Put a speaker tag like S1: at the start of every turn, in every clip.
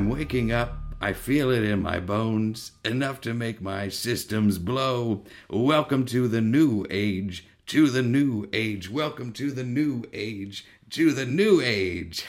S1: waking up, I feel it in my bones, enough to make my systems blow. Welcome to the new age, to the new age, welcome to the new age, to the new age.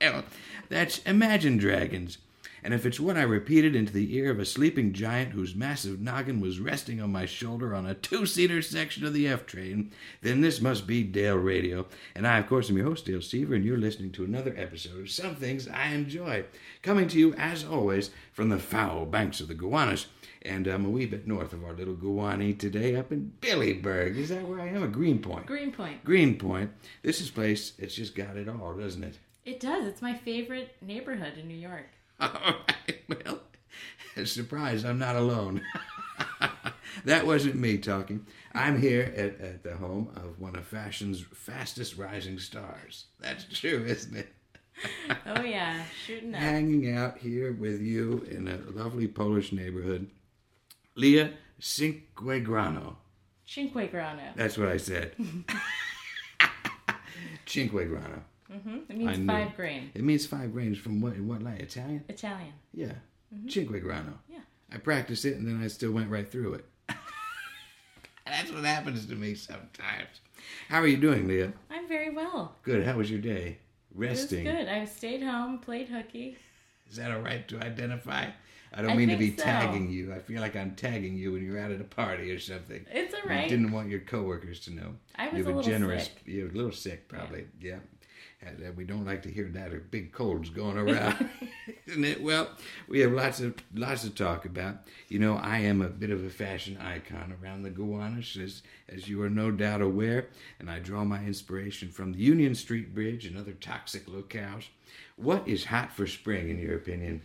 S1: well, that's Imagine Dragons. And if it's what I repeated into the ear of a sleeping giant whose massive noggin was resting on my shoulder on a two seater section of the F train, then this must be Dale Radio. And I, of course, am your host, Dale Seaver, and you're listening to another episode of Some Things I Enjoy, coming to you, as always, from the foul banks of the Gowanus. And I'm a wee bit north of our little Guwani today, up in Billyburg. Is that where I am? A Greenpoint.
S2: Greenpoint.
S1: Greenpoint. This is place. It's just got it all, doesn't it?
S2: It does. It's my favorite neighborhood in New York.
S1: All right. Well, surprise, I'm not alone. that wasn't me talking. I'm here at, at the home of one of fashion's fastest rising stars. That's true, isn't it?
S2: Oh yeah, shooting up.
S1: Hanging out here with you in a lovely Polish neighborhood, Leah Cinquegrano.
S2: Cinque Grano.
S1: That's what I said. Cinquegrano.
S2: hmm
S1: I
S2: It means
S1: knew.
S2: five grain.
S1: It means five grains from what? What line? Italian?
S2: Italian.
S1: Yeah. Cinquegrano.
S2: Mm-hmm. Yeah.
S1: I practiced it and then I still went right through it. That's what happens to me sometimes. How are you doing, Leah?
S2: I'm very well.
S1: Good. How was your day?
S2: It was
S1: Resting.
S2: good. I stayed home, played hooky.
S1: Is that all right to identify? I don't
S2: I
S1: mean to be
S2: think so.
S1: tagging you. I feel like I'm tagging you when you're out at a party or something.
S2: It's all
S1: I
S2: right.
S1: didn't want your coworkers to know.
S2: I
S1: you
S2: was a
S1: were
S2: little
S1: generous.
S2: sick.
S1: You were a little sick, probably. Yeah. And, uh, we don't like to hear that or big colds going around, isn't it? Well, we have lots of lots to talk about. You know, I am a bit of a fashion icon around the Gowanus, as as you are no doubt aware, and I draw my inspiration from the Union Street Bridge and other toxic locales. What is hot for spring, in your opinion?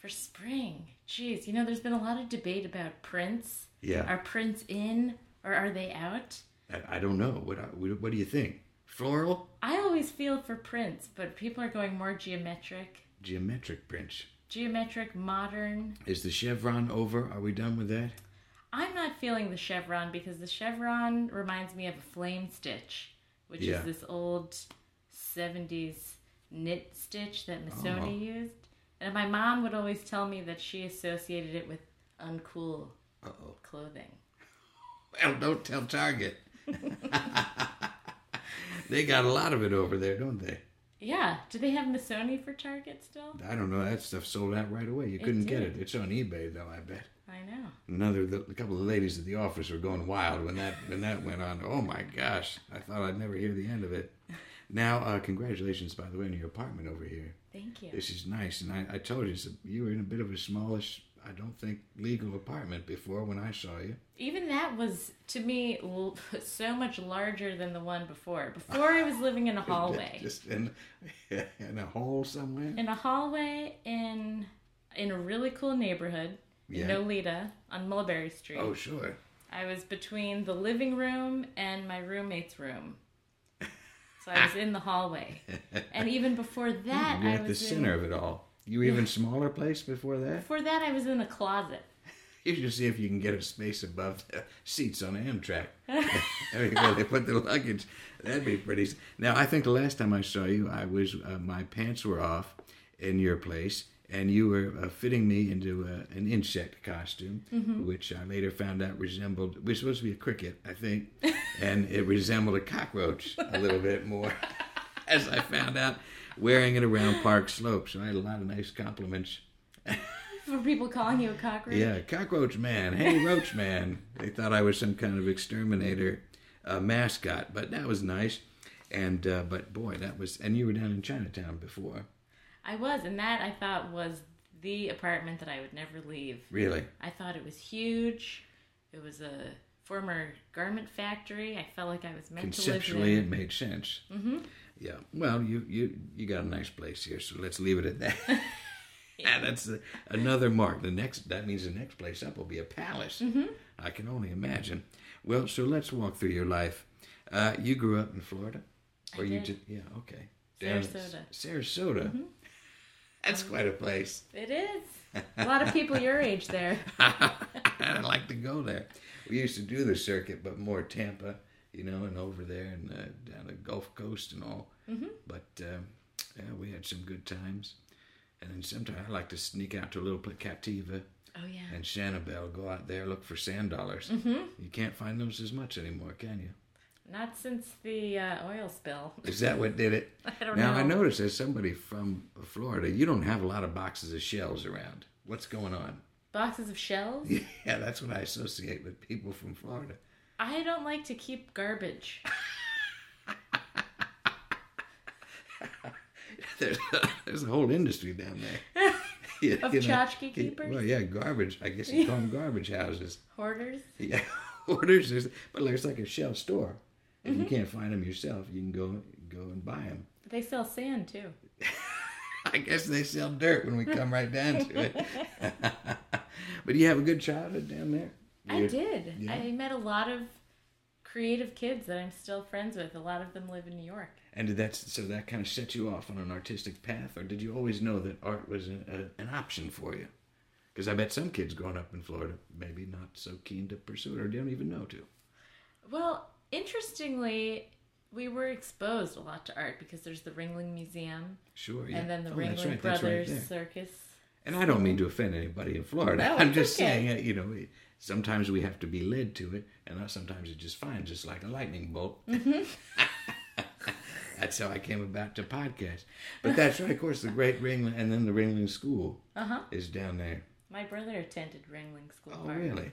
S2: For spring. Jeez, you know, there's been a lot of debate about prints.
S1: Yeah.
S2: Are prints in or are they out?
S1: I, I don't know. What I- what do you think? Floral,
S2: I always feel for prints, but people are going more geometric.
S1: geometric prints.
S2: Geometric, modern.
S1: Is the chevron over? Are we done with that?
S2: I'm not feeling the chevron because the chevron reminds me of a flame stitch, which
S1: Yeah.
S2: is this old 70s knit stitch that Missoni
S1: Oh.
S2: used. And my mom would always tell me that she associated it with uncool
S1: Uh oh.
S2: clothing.
S1: Well, don't tell Target. they got a lot of it over there, don't they?
S2: Yeah. Do they have Missoni for Target still?
S1: I don't know. That stuff sold out right away. You couldn't get
S2: did.
S1: it. It's on eBay though. I bet.
S2: I know.
S1: Another the, a couple of ladies at the office were going wild when that when that went on. Oh my gosh! I thought I'd never hear the end of it. Now, uh, congratulations, by the way, on your apartment over here.
S2: Thank you.
S1: This is nice, and I, I told you it's a- you were in a bit of a smallish, I don't think legal apartment before when I saw you.
S2: Even that was, to me, l- so much larger than the one before. Before I was living in a hallway.
S1: Just in, in a hole somewhere.
S2: in a hallway in in a really cool neighborhood
S1: Yeah.
S2: in Nolita on Mulberry Street.
S1: Oh, sure.
S2: I was between the living room and my roommate's room. So I was in the hallway. And even before that
S1: You're
S2: I
S1: at
S2: was
S1: the center
S2: in,
S1: of it all. You were even smaller place before that?
S2: before that I was in a closet.
S1: You should see if you can get a space above the seats on Amtrak. there you go. They put the luggage. That'd be pretty. s- Now, I think the last time I saw you, I was uh, my pants were off in your place, and you were uh, fitting me into uh, an insect costume, which I later found out resembled. It was supposed to be a cricket, I think, and it resembled a cockroach a little bit more, as I found out wearing it around Park Slope. So I had a lot of nice compliments.
S2: For people calling you a cockroach.
S1: Yeah, Cockroach Man. Hey, Roach Man. They thought I was some kind of exterminator uh, mascot, but that was nice. And uh, but boy, that was. And you were down in Chinatown before,
S2: I was, and that I thought was the apartment that I would never leave.
S1: really?
S2: I thought it was huge. It was a former garment factory. I felt like I was meant to live
S1: Conceptually,
S2: there.
S1: it made sense. Mm-hmm. Yeah. Well, you you you got a nice place here, so let's leave it at that. yeah, that's the, another mark. The next that means the next place up will be a palace. Mm-hmm. I can only imagine. Well, so let's walk through your life. Uh, you grew up in Florida, or you
S2: did.
S1: Yeah. Okay. Down in
S2: Sarasota. Mm-hmm.
S1: S- Sarasota. That's quite a place.
S2: It is. A lot of people your age there.
S1: I'd like to go there. We used to do the circuit, but more Tampa, you know, and over there and Mm-hmm. uh, down the Gulf Coast and all. But um yeah, we had some good times. And then sometimes I like to sneak out to a little place, Captiva
S2: Oh yeah.
S1: and Shannabelle, go out there, look for sand dollars. You can't find those as much anymore, can you?
S2: Not since the uh, oil spill.
S1: Is that what did it?
S2: I don't
S1: now
S2: know.
S1: I noticed as somebody from Florida, you don't have a lot of boxes of shells around. What's going on?
S2: Boxes of shells.
S1: Yeah, that's what I associate with people from Florida.
S2: I don't like to keep garbage.
S1: There's, there's a whole industry down there. You-
S2: Of
S1: you
S2: tchotchke keepers?
S1: Well, yeah, garbage. I guess you call them garbage houses.
S2: Hoarders.
S1: Yeah, orders. Is, but there's like a shell store. If
S2: Mm-hmm.
S1: you can't find them yourself, you can go go and buy them.
S2: They sell sand too.
S1: I guess they sell dirt when we come right down to it. but you have a good childhood down there.
S2: I did.
S1: Yeah.
S2: I met a lot of creative kids that I'm still friends with. A lot of them live in New York.
S1: And did that so that kind of set you off on an artistic path, or did you always know that art was an, a, an option for you? Because I bet some kids growing up in Florida maybe not so keen to pursue it, or don't even know to.
S2: Well, interestingly, we were exposed a lot to art because there's the Ringling Museum
S1: Sure, yeah.
S2: and then the
S1: Oh, that's
S2: Ringling
S1: right, that's right
S2: Brothers
S1: there.
S2: Circus.
S1: And I don't mean to offend anybody in Florida.
S2: No,
S1: I'm
S2: it's
S1: just
S2: okay.
S1: saying, uh, you know, it- sometimes we have to be led to it, and uh, sometimes it just finds us like a lightning bolt.
S2: Mm-hmm.
S1: that's how I came about to podcast. But that's right, of course, the Great Ringling, and then the Ringling School
S2: Uh-huh.
S1: is down there.
S2: My brother attended Ringling School
S1: Oh,
S2: of Art.
S1: really?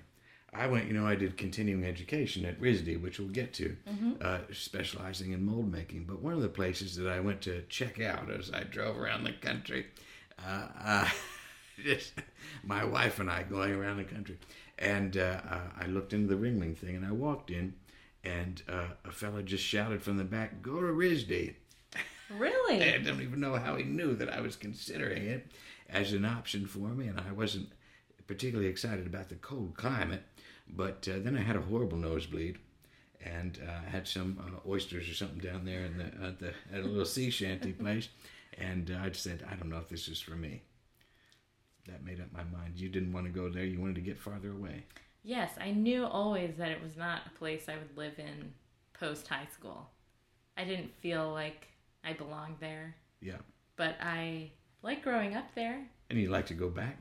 S1: I went, you know, I did continuing education at RISD, which we'll get to, uh, specializing in mold making. But one of the places that I went to check out as I drove around the country, uh, uh, just my wife and I going around the country, and uh, uh, I looked into the Ringling thing and I walked in, and uh, a fella just shouted from the back, "Go to RISD!" Oh.
S2: Really?
S1: I don't even know how he knew that I was considering it as an option for me, and I wasn't particularly excited about the cold climate. But uh, then I had a horrible nosebleed, and uh, I had some uh, oysters or something down there in the at, the, at a little sea shanty place, and uh, I said, I don't know if this is for me. That made up my mind. You didn't want to go there. You wanted to get farther away.
S2: Yes, I knew always that it was not a place I would live in post high school. I didn't feel like I belonged there,
S1: Yeah,
S2: but I like growing up there.
S1: and you like to go back.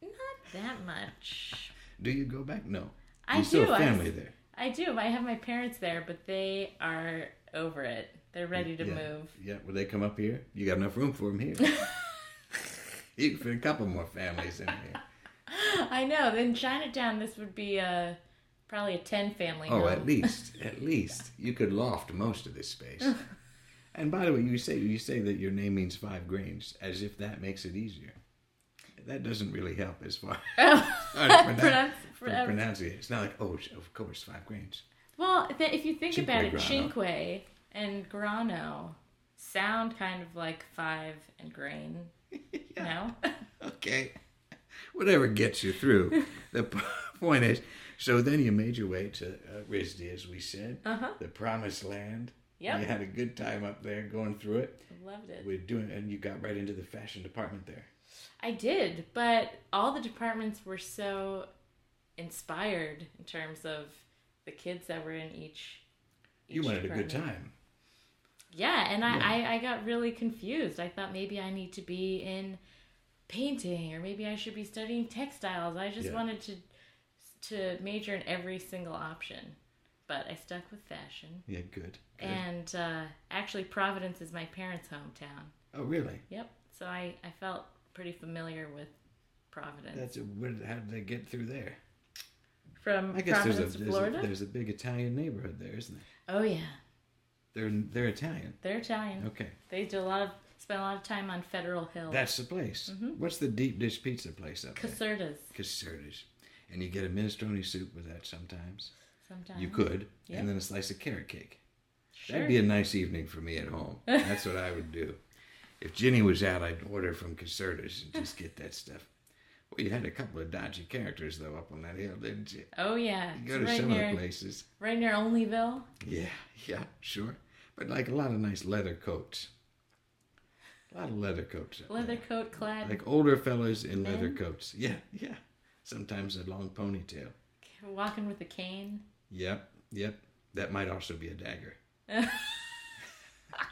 S2: Not that much.
S1: Do you go back? No.
S2: I
S1: you still
S2: do.
S1: have
S2: I-
S1: family there.
S2: I do. I have my parents there, but they are over it. They're ready to
S1: yeah.
S2: move.
S1: Yeah, will they come up here? You got enough room for them here. you can fit a couple more families in here.
S2: I know. In Chinatown, this would be a probably a ten family.
S1: Oh,
S2: home.
S1: at least, at least you could loft most of this space. and by the way, you say you say that your name means five grains, as if that makes it easier. That doesn't really help as far as pronoun-
S2: Pronounce-
S1: for
S2: pronounce-
S1: pronouncing it. It's not like oh, of course, five grains.
S2: Well, if, if you think about it,
S1: Cinque
S2: cinque and grano sound kind of like five and grain. No,
S1: okay. Whatever gets you through. the p- point is, so then you made your way to uh, RISD, as we said, uh-huh. the promised land.
S2: Yep.
S1: You had a good time up there going through it.
S2: loved it.
S1: We're doing, and you got right into the fashion department there.
S2: I did, but all the departments were so inspired in terms of the kids that were in each.
S1: You
S2: each
S1: wanted a good
S2: department.
S1: time.
S2: Yeah, and I, I, I got really confused. I thought maybe I need to be in painting or maybe I should be studying textiles. I just
S1: Yeah.
S2: wanted to to major in every single option. But I stuck with fashion.
S1: Yeah, good. good.
S2: And uh, actually Providence is my parents' hometown.
S1: oh, really?
S2: Yep. So I, I felt pretty familiar with Providence.
S1: That's a, where, how did they get through there?
S2: From
S1: I guess there's a,
S2: Providence,
S1: there's, a,
S2: Florida?
S1: there's a big Italian neighborhood there, isn't there?
S2: oh yeah.
S1: They're they're Italian.
S2: They're Italian.
S1: Okay,
S2: They do a lot of spend a lot of time on Federal Hill.
S1: that's the place.
S2: Mm-hmm.
S1: What's the deep dish pizza place up there?
S2: Casertas
S1: Casertas. And you get a minestrone soup with that sometimes.
S2: sometimes.
S1: You could.
S2: Yeah.
S1: And then a slice of carrot cake.
S2: sure.
S1: That'd be a nice evening for me at home. That's what I would do. If Ginny was out, I'd order from Casertas and just get that stuff. Well, you had a couple of dodgy characters, though, up on that hill, didn't you?
S2: Oh yeah,
S1: You
S2: It's
S1: go to
S2: right
S1: some
S2: near
S1: of the places.
S2: right near Onlyville.
S1: Yeah, yeah, sure. But like a lot of nice leather coats. A lot of leather coats. up
S2: Leather coat clad.
S1: Like older fellas in leather coats. Yeah, yeah. Sometimes a long ponytail.
S2: walking with a cane.
S1: Yep, yep. That might also be a dagger.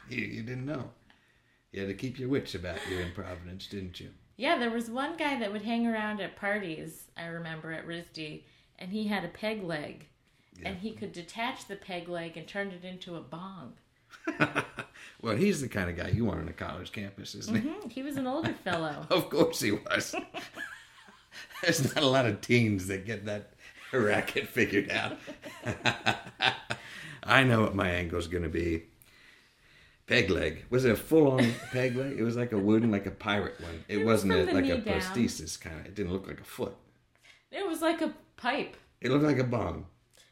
S1: you, you didn't know. You had to keep your wits about you in Providence, didn't you?
S2: Yeah, there was one guy that would hang around at parties, I remember at RISD, and he had a peg leg. And he could detach the peg leg and turn it into a bong.
S1: Well, he's the kind of guy you want on a college campus, isn't he?
S2: Hmm, he was an older fellow.
S1: Of course he was. There's not a lot of teens that get that racket figured out. I know what my angle's going to be. Peg leg. Was it a full on peg leg? It was like a wooden, like a pirate one. It,
S2: was
S1: wasn't
S2: from
S1: a,
S2: the
S1: like a
S2: knee down.
S1: prosthesis kind of. It didn't look like a foot.
S2: It was like a pipe,
S1: It looked like a bong.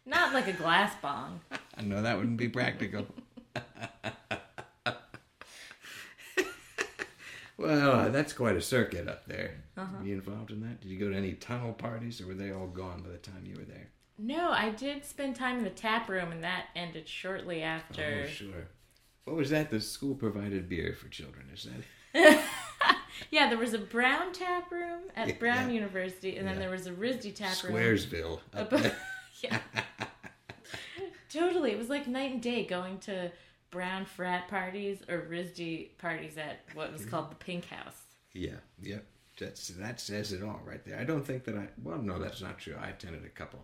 S2: not like a glass bong.
S1: I know that wouldn't be practical. well, uh, that's quite a circuit up there. You involved in that? Did you go to any tunnel parties, or were they all gone by the time you were there?
S2: No, I did spend time in the tap room, and that ended shortly after.
S1: Oh, sure. What was that? The school provided beer for children, is that? it?
S2: Yeah, there was a Brown tap room at
S1: Yeah,
S2: Brown
S1: yeah.
S2: University, and then there was a RISD tap room.
S1: Squaresville. up
S2: Above,
S1: there.
S2: yeah. totally. It was like night and day going to Brown frat parties or RISD parties at what was called the Pink House.
S1: yeah, yep. That's that says it all right there. I don't think that I. Well, no, that's not true. I attended a couple.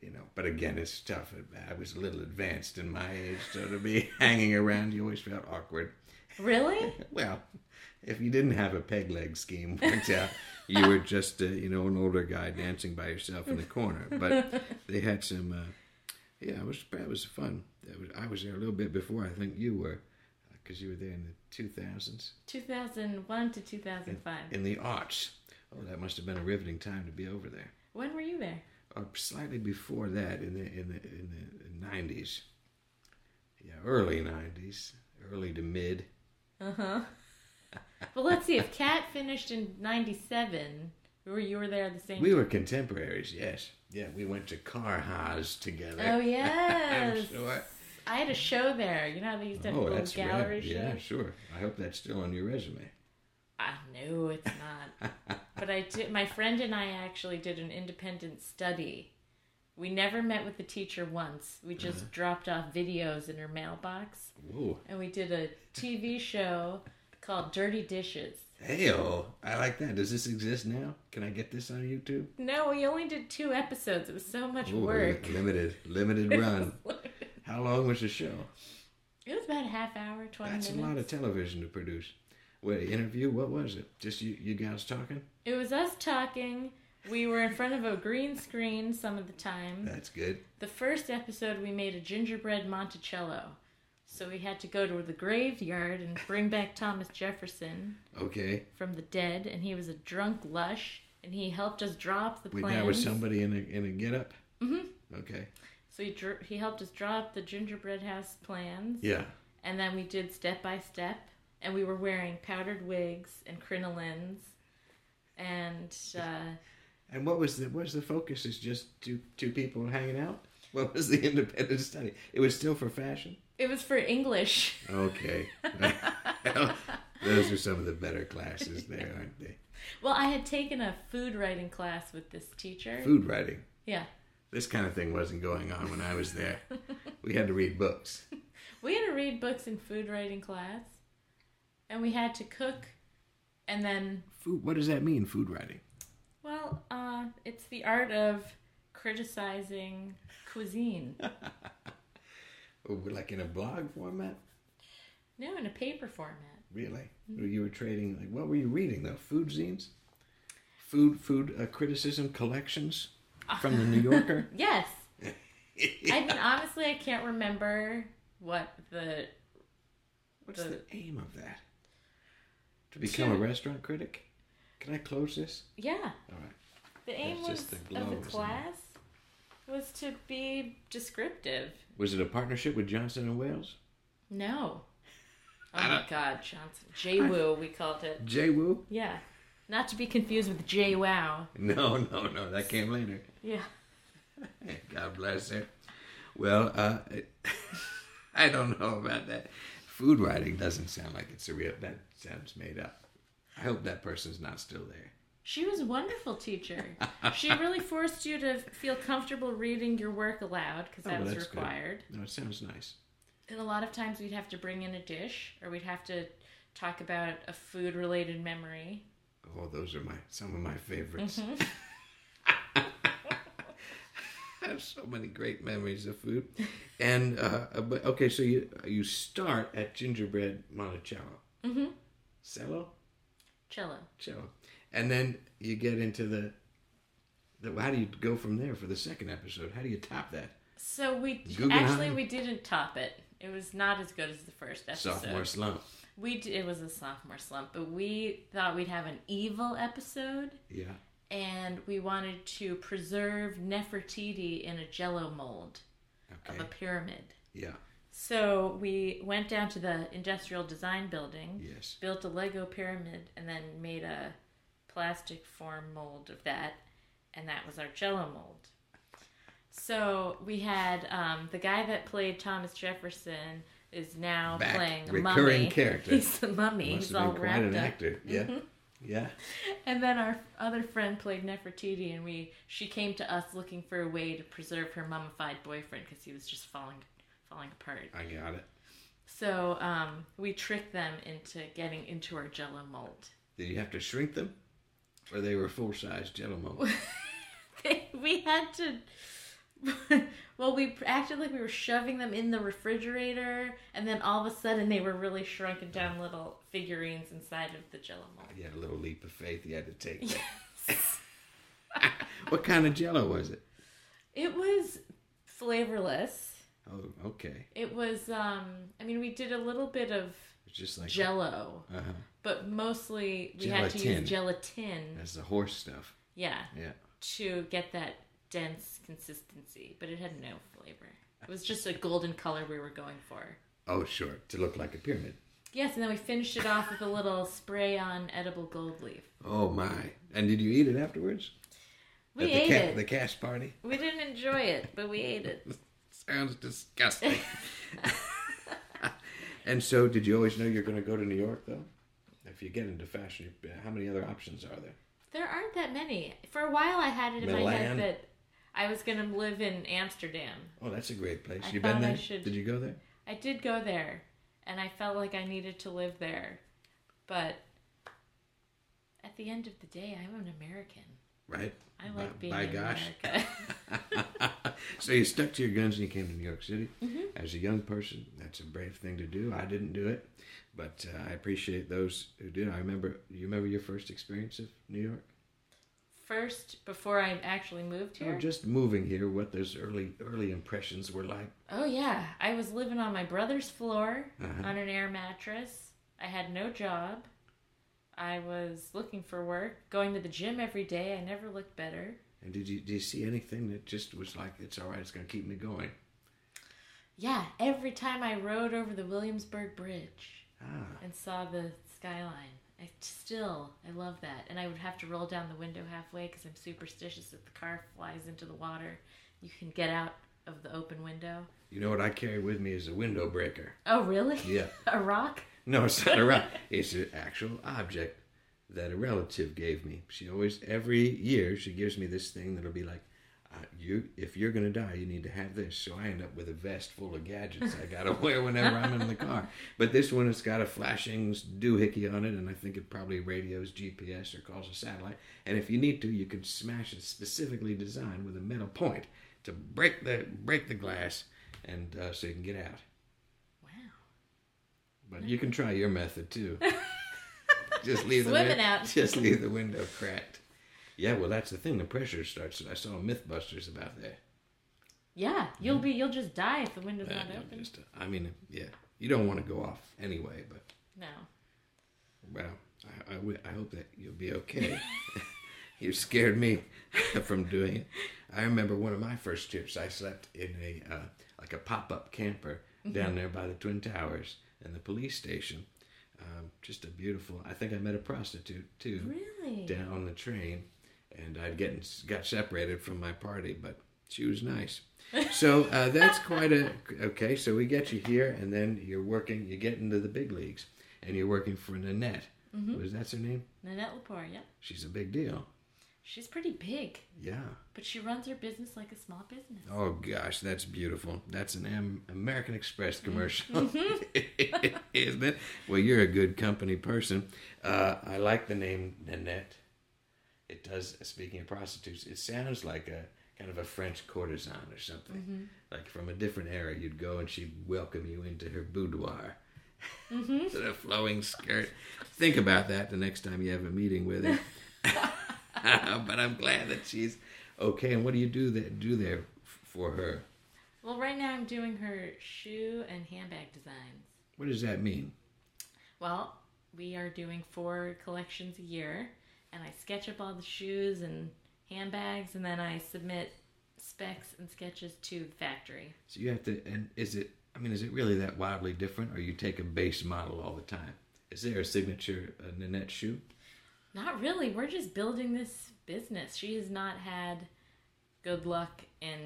S1: You know, but again, it's tough. I was a little advanced in my age, so to be hanging around, you always felt awkward.
S2: Really?
S1: Well, if you didn't have a peg leg scheme worked out, you were just uh, you know an older guy dancing by yourself in the corner. But they had some. Uh, yeah, it was it was fun. It was, I was there a little bit before I think you were, because you were there in the two thousands
S2: 2001 to 2005.
S1: in the aughts. Oh, that must have been a riveting time to be over there.
S2: When were you there?
S1: Or slightly before that, in the in the in the nineties. Yeah, early nineties, early to mid.
S2: Uh-huh. Well, let's see. If Cat finished in 97, were you were there at the same
S1: We were contemporaries, yes. Yeah, we went to Carha's together.
S2: Oh
S1: I'm
S2: yes.
S1: sure.
S2: I had a show there. You know how they used to have
S1: Oh,
S2: little
S1: that's
S2: gallery
S1: right.
S2: shows?
S1: Yeah, sure. I hope that's still on your resume.
S2: I know Ah, it's not. but I did my friend and I actually did an independent study. We never met with the teacher once. We just
S1: Uh-huh.
S2: dropped off videos in her mailbox
S1: Whoa.
S2: and we did a TV show called Dirty Dishes.
S1: Hey, oh, I like that. Does this exist now? Can I get this on YouTube?
S2: No, we only did two episodes. It was so much
S1: Ooh,
S2: work.
S1: Limited, limited run.
S2: it
S1: How long was the show?
S2: was about a half hour, 20
S1: That's a
S2: minutes.
S1: lot of television to produce. Wait, interview? What was it? Just you, you guys talking?
S2: It was us talking. We were in front of a green screen some of the time.
S1: That's good.
S2: The first episode, we made a gingerbread Monticello. So we had to go to the graveyard and bring back Thomas Jefferson
S1: Okay.
S2: from the dead, and he was a drunk lush, and he helped us drop the
S1: Wait,
S2: plans.
S1: that was somebody in a in a get up? Mm-hmm. Okay.
S2: So he dr- he helped us drop the gingerbread house plans,
S1: Yeah.
S2: and then we did step by step, and we were wearing powdered wigs and crinolines, and. Uh,
S1: And what was the what was the focus? Is just two two people hanging out? What was the independent study? It was still for fashion.
S2: it was for English.
S1: Okay. Well, those are some of the better classes there, aren't they?
S2: Well, I had taken a food writing class with this teacher.
S1: Food writing.
S2: Yeah.
S1: This kind of thing wasn't going on when I was there. We had to read books.
S2: We had to read books in food writing class, and we had to cook, and then,
S1: Food. What does that mean? Food writing.
S2: well, uh, it's the art of criticizing cuisine.
S1: Oh, Like in a blog format?
S2: no, in a paper format.
S1: Really? You were trading. Like, what were you reading though? Food zines. Food food uh, criticism collections from the New Yorker.
S2: Yes. I mean, honestly, I can't remember what the.
S1: What's the,
S2: the-
S1: aim of that? To become a
S2: To-
S1: restaurant critic? Can I close this?
S2: Yeah.
S1: All right.
S2: The aim
S1: That's
S2: was
S1: just the
S2: of
S1: globes,
S2: the
S1: yeah.
S2: class was to be descriptive.
S1: Was it a partnership with Johnson and Wales?
S2: No. Oh my God, Johnson. J Woo, we called it.
S1: Jay Wu?
S2: Yeah. Not to be confused with J Wow.
S1: No, no, no. That came later.
S2: Yeah.
S1: Hey, God bless her. Well, uh, I don't know about that. Food writing doesn't sound like it's a real. That sounds made up. I hope that person's not still there.
S2: She was a wonderful teacher. she really forced you to feel comfortable reading your work aloud because that
S1: Oh, well,
S2: was
S1: that's good.
S2: required.
S1: No, it sounds nice.
S2: And a lot of times we'd have to bring in a dish or we'd have to talk about a food related memory.
S1: Oh, those are my some of my favorites.
S2: Mm-hmm.
S1: I have so many great memories of food, and uh, but okay, so you you start at gingerbread Monticello,
S2: Mhm.
S1: cello,
S2: Cello.
S1: cello, and then you get into the. the how do you go from there for the second episode? How do you top that?
S2: So we
S1: Guggenheim.
S2: actually we didn't top it. It was not as good as the first episode.
S1: Sophomore slump.
S2: We d- it was a sophomore slump, but we thought we'd have an evil episode,
S1: Yeah.
S2: and we wanted to preserve Nefertiti in a Jello mold
S1: Okay.
S2: of a pyramid.
S1: Yeah.
S2: So we went down to the industrial design building,
S1: Yes.
S2: built a Lego pyramid, and then made a plastic form mold of that, and that was our Jello mold. So we had um, the guy that played Thomas Jefferson is now
S1: Back.
S2: playing a
S1: Recurring
S2: mummy.
S1: character.
S2: He's the mummy.
S1: Must
S2: He's
S1: have
S2: all
S1: been quite
S2: wrapped
S1: an
S2: up. Mm-hmm.
S1: actor. Yeah. Yeah.
S2: And then our other friend played Nefertiti, and we she came to us looking for a way to preserve her mummified boyfriend because he was just falling falling apart.
S1: I got it.
S2: So um, we tricked them into getting into our Jello mold.
S1: Did you have to shrink them, or they were full size gentlemen?
S2: we had to. well, we acted like we were shoving them in the refrigerator, and then all of a sudden they were really shrunken down little figurines inside of the Jello mold.
S1: You had a little leap of faith you had to take. what kind of jello was it?
S2: It was flavorless.
S1: Oh, okay.
S2: It was, um, I mean, we did a little bit of
S1: It's just like
S2: jello,
S1: Uh-huh.
S2: but mostly we had to
S1: Gelatin.
S2: use gelatin,
S1: That's the horse stuff.
S2: yeah,
S1: Yeah.
S2: to get that dense consistency, but it had no flavor. It was just a golden color we were going for.
S1: Oh, sure. To look like a pyramid.
S2: Yes, and then we finished it off with a little spray on edible gold leaf.
S1: Oh my! And did you eat it afterwards?
S2: We
S1: At the
S2: ate
S1: ca-
S2: it.
S1: The cash party.
S2: We didn't enjoy it, but we ate it.
S1: Sounds disgusting. and so, did you always know you're going to go to New York, though? If you get into fashion, you- how many other options are there?
S2: There aren't that many. For a while, I had it in my
S1: Milan.
S2: head that I was going to live in Amsterdam.
S1: Oh, that's a great place.
S2: I
S1: you
S2: thought
S1: been
S2: I
S1: there?
S2: should-
S1: Did you go there?
S2: I did go there, and I felt like I needed to live there. But at the end of the day, I'm an American.
S1: Right.
S2: I
S1: By-
S2: like being
S1: by
S2: in
S1: gosh.
S2: America.
S1: so you stuck to your guns and you came to New York City
S2: Mm-hmm.
S1: as a young person. That's a brave thing to do. I didn't do it, but uh, I appreciate those who did. I remember. You remember your first experience of New York?
S2: First, before I actually moved
S1: Or
S2: here,
S1: just moving here, what those early early impressions were like.
S2: Oh yeah, I was living on my brother's floor
S1: Uh-huh.
S2: on an air mattress. I had no job. I was looking for work, going to the gym every day. I never looked better.
S1: And did you do you see anything that just was like it's all right? It's going to keep me going.
S2: Yeah, every time I rode over the Williamsburg Bridge
S1: Ah,
S2: and saw the skyline, I t- still I love that. And I would have to roll down the window halfway because I'm superstitious. If the car flies into the water, you can get out of the open window.
S1: you know what I carry with me is a window breaker.
S2: Oh really?
S1: Yeah.
S2: A rock?
S1: No, it's not a rock. It's an actual object that a relative gave me. She always, every year, she gives me this thing that'll be like, uh, "You, if you're gonna die, you need to have this." So I end up with a vest full of gadgets I gotta wear whenever I'm in the car. But this one, it's got a flashing doohickey on it, and I think it probably radios GPS or calls a satellite. And if you need to, you can smash it specifically designed with a metal point to break the break the glass, and uh, so you can get out.
S2: Wow.
S1: But you can try your method too. just leave the
S2: Swim it
S1: win-
S2: out.
S1: Just leave the window cracked. Yeah, well, that's the thing. The pressure starts. I saw MythBusters about that.
S2: Yeah, you'll be you'll just die if the window's
S1: Uh,
S2: not
S1: you know,
S2: open.
S1: Mm. just, I mean, yeah, you don't want to go off anyway. But
S2: No.
S1: well, I, I, wi- I hope that you'll be okay. you scared me from doing it. I remember one of my first trips. I slept in a uh, like a pop up camper down there by the Twin Towers and the police station. Um, just a beautiful. I think I met a prostitute too.
S2: Really?
S1: down on the train, and I'd get got separated from my party, but she was nice. So uh, that's quite a okay. So we get you here, and then you're working. You get into the big leagues, and you're working for Nanette. Was that's her name?
S2: Nanette Lepore, yep.
S1: She's a big deal.
S2: She's pretty big,
S1: Yeah.
S2: but she runs her business like a small business.
S1: Oh gosh, that's beautiful. That's an Am- American Express commercial, isn't it? Well, you're a good company person. Uh, I like the name Nanette. It does. uh, Speaking of prostitutes, it sounds like a kind of a French courtesan or something, like from a different era. You'd go and she'd welcome you into her boudoir. with a flowing skirt. Think about that the next time you have a meeting with her. but I'm glad that she's okay. And what do you do that do there f- for her?
S2: Well, right now I'm doing her shoe and handbag designs.
S1: What does that mean?
S2: Well, we are doing four collections a year, and I sketch up all the shoes and handbags, and then I submit specs and sketches to the factory.
S1: So you have to. And is it? I mean, is it really that wildly different, or you take a base model all the time? Is there a signature uh, Nanette shoe?
S2: Not really. We're just building this business. She has not had good luck in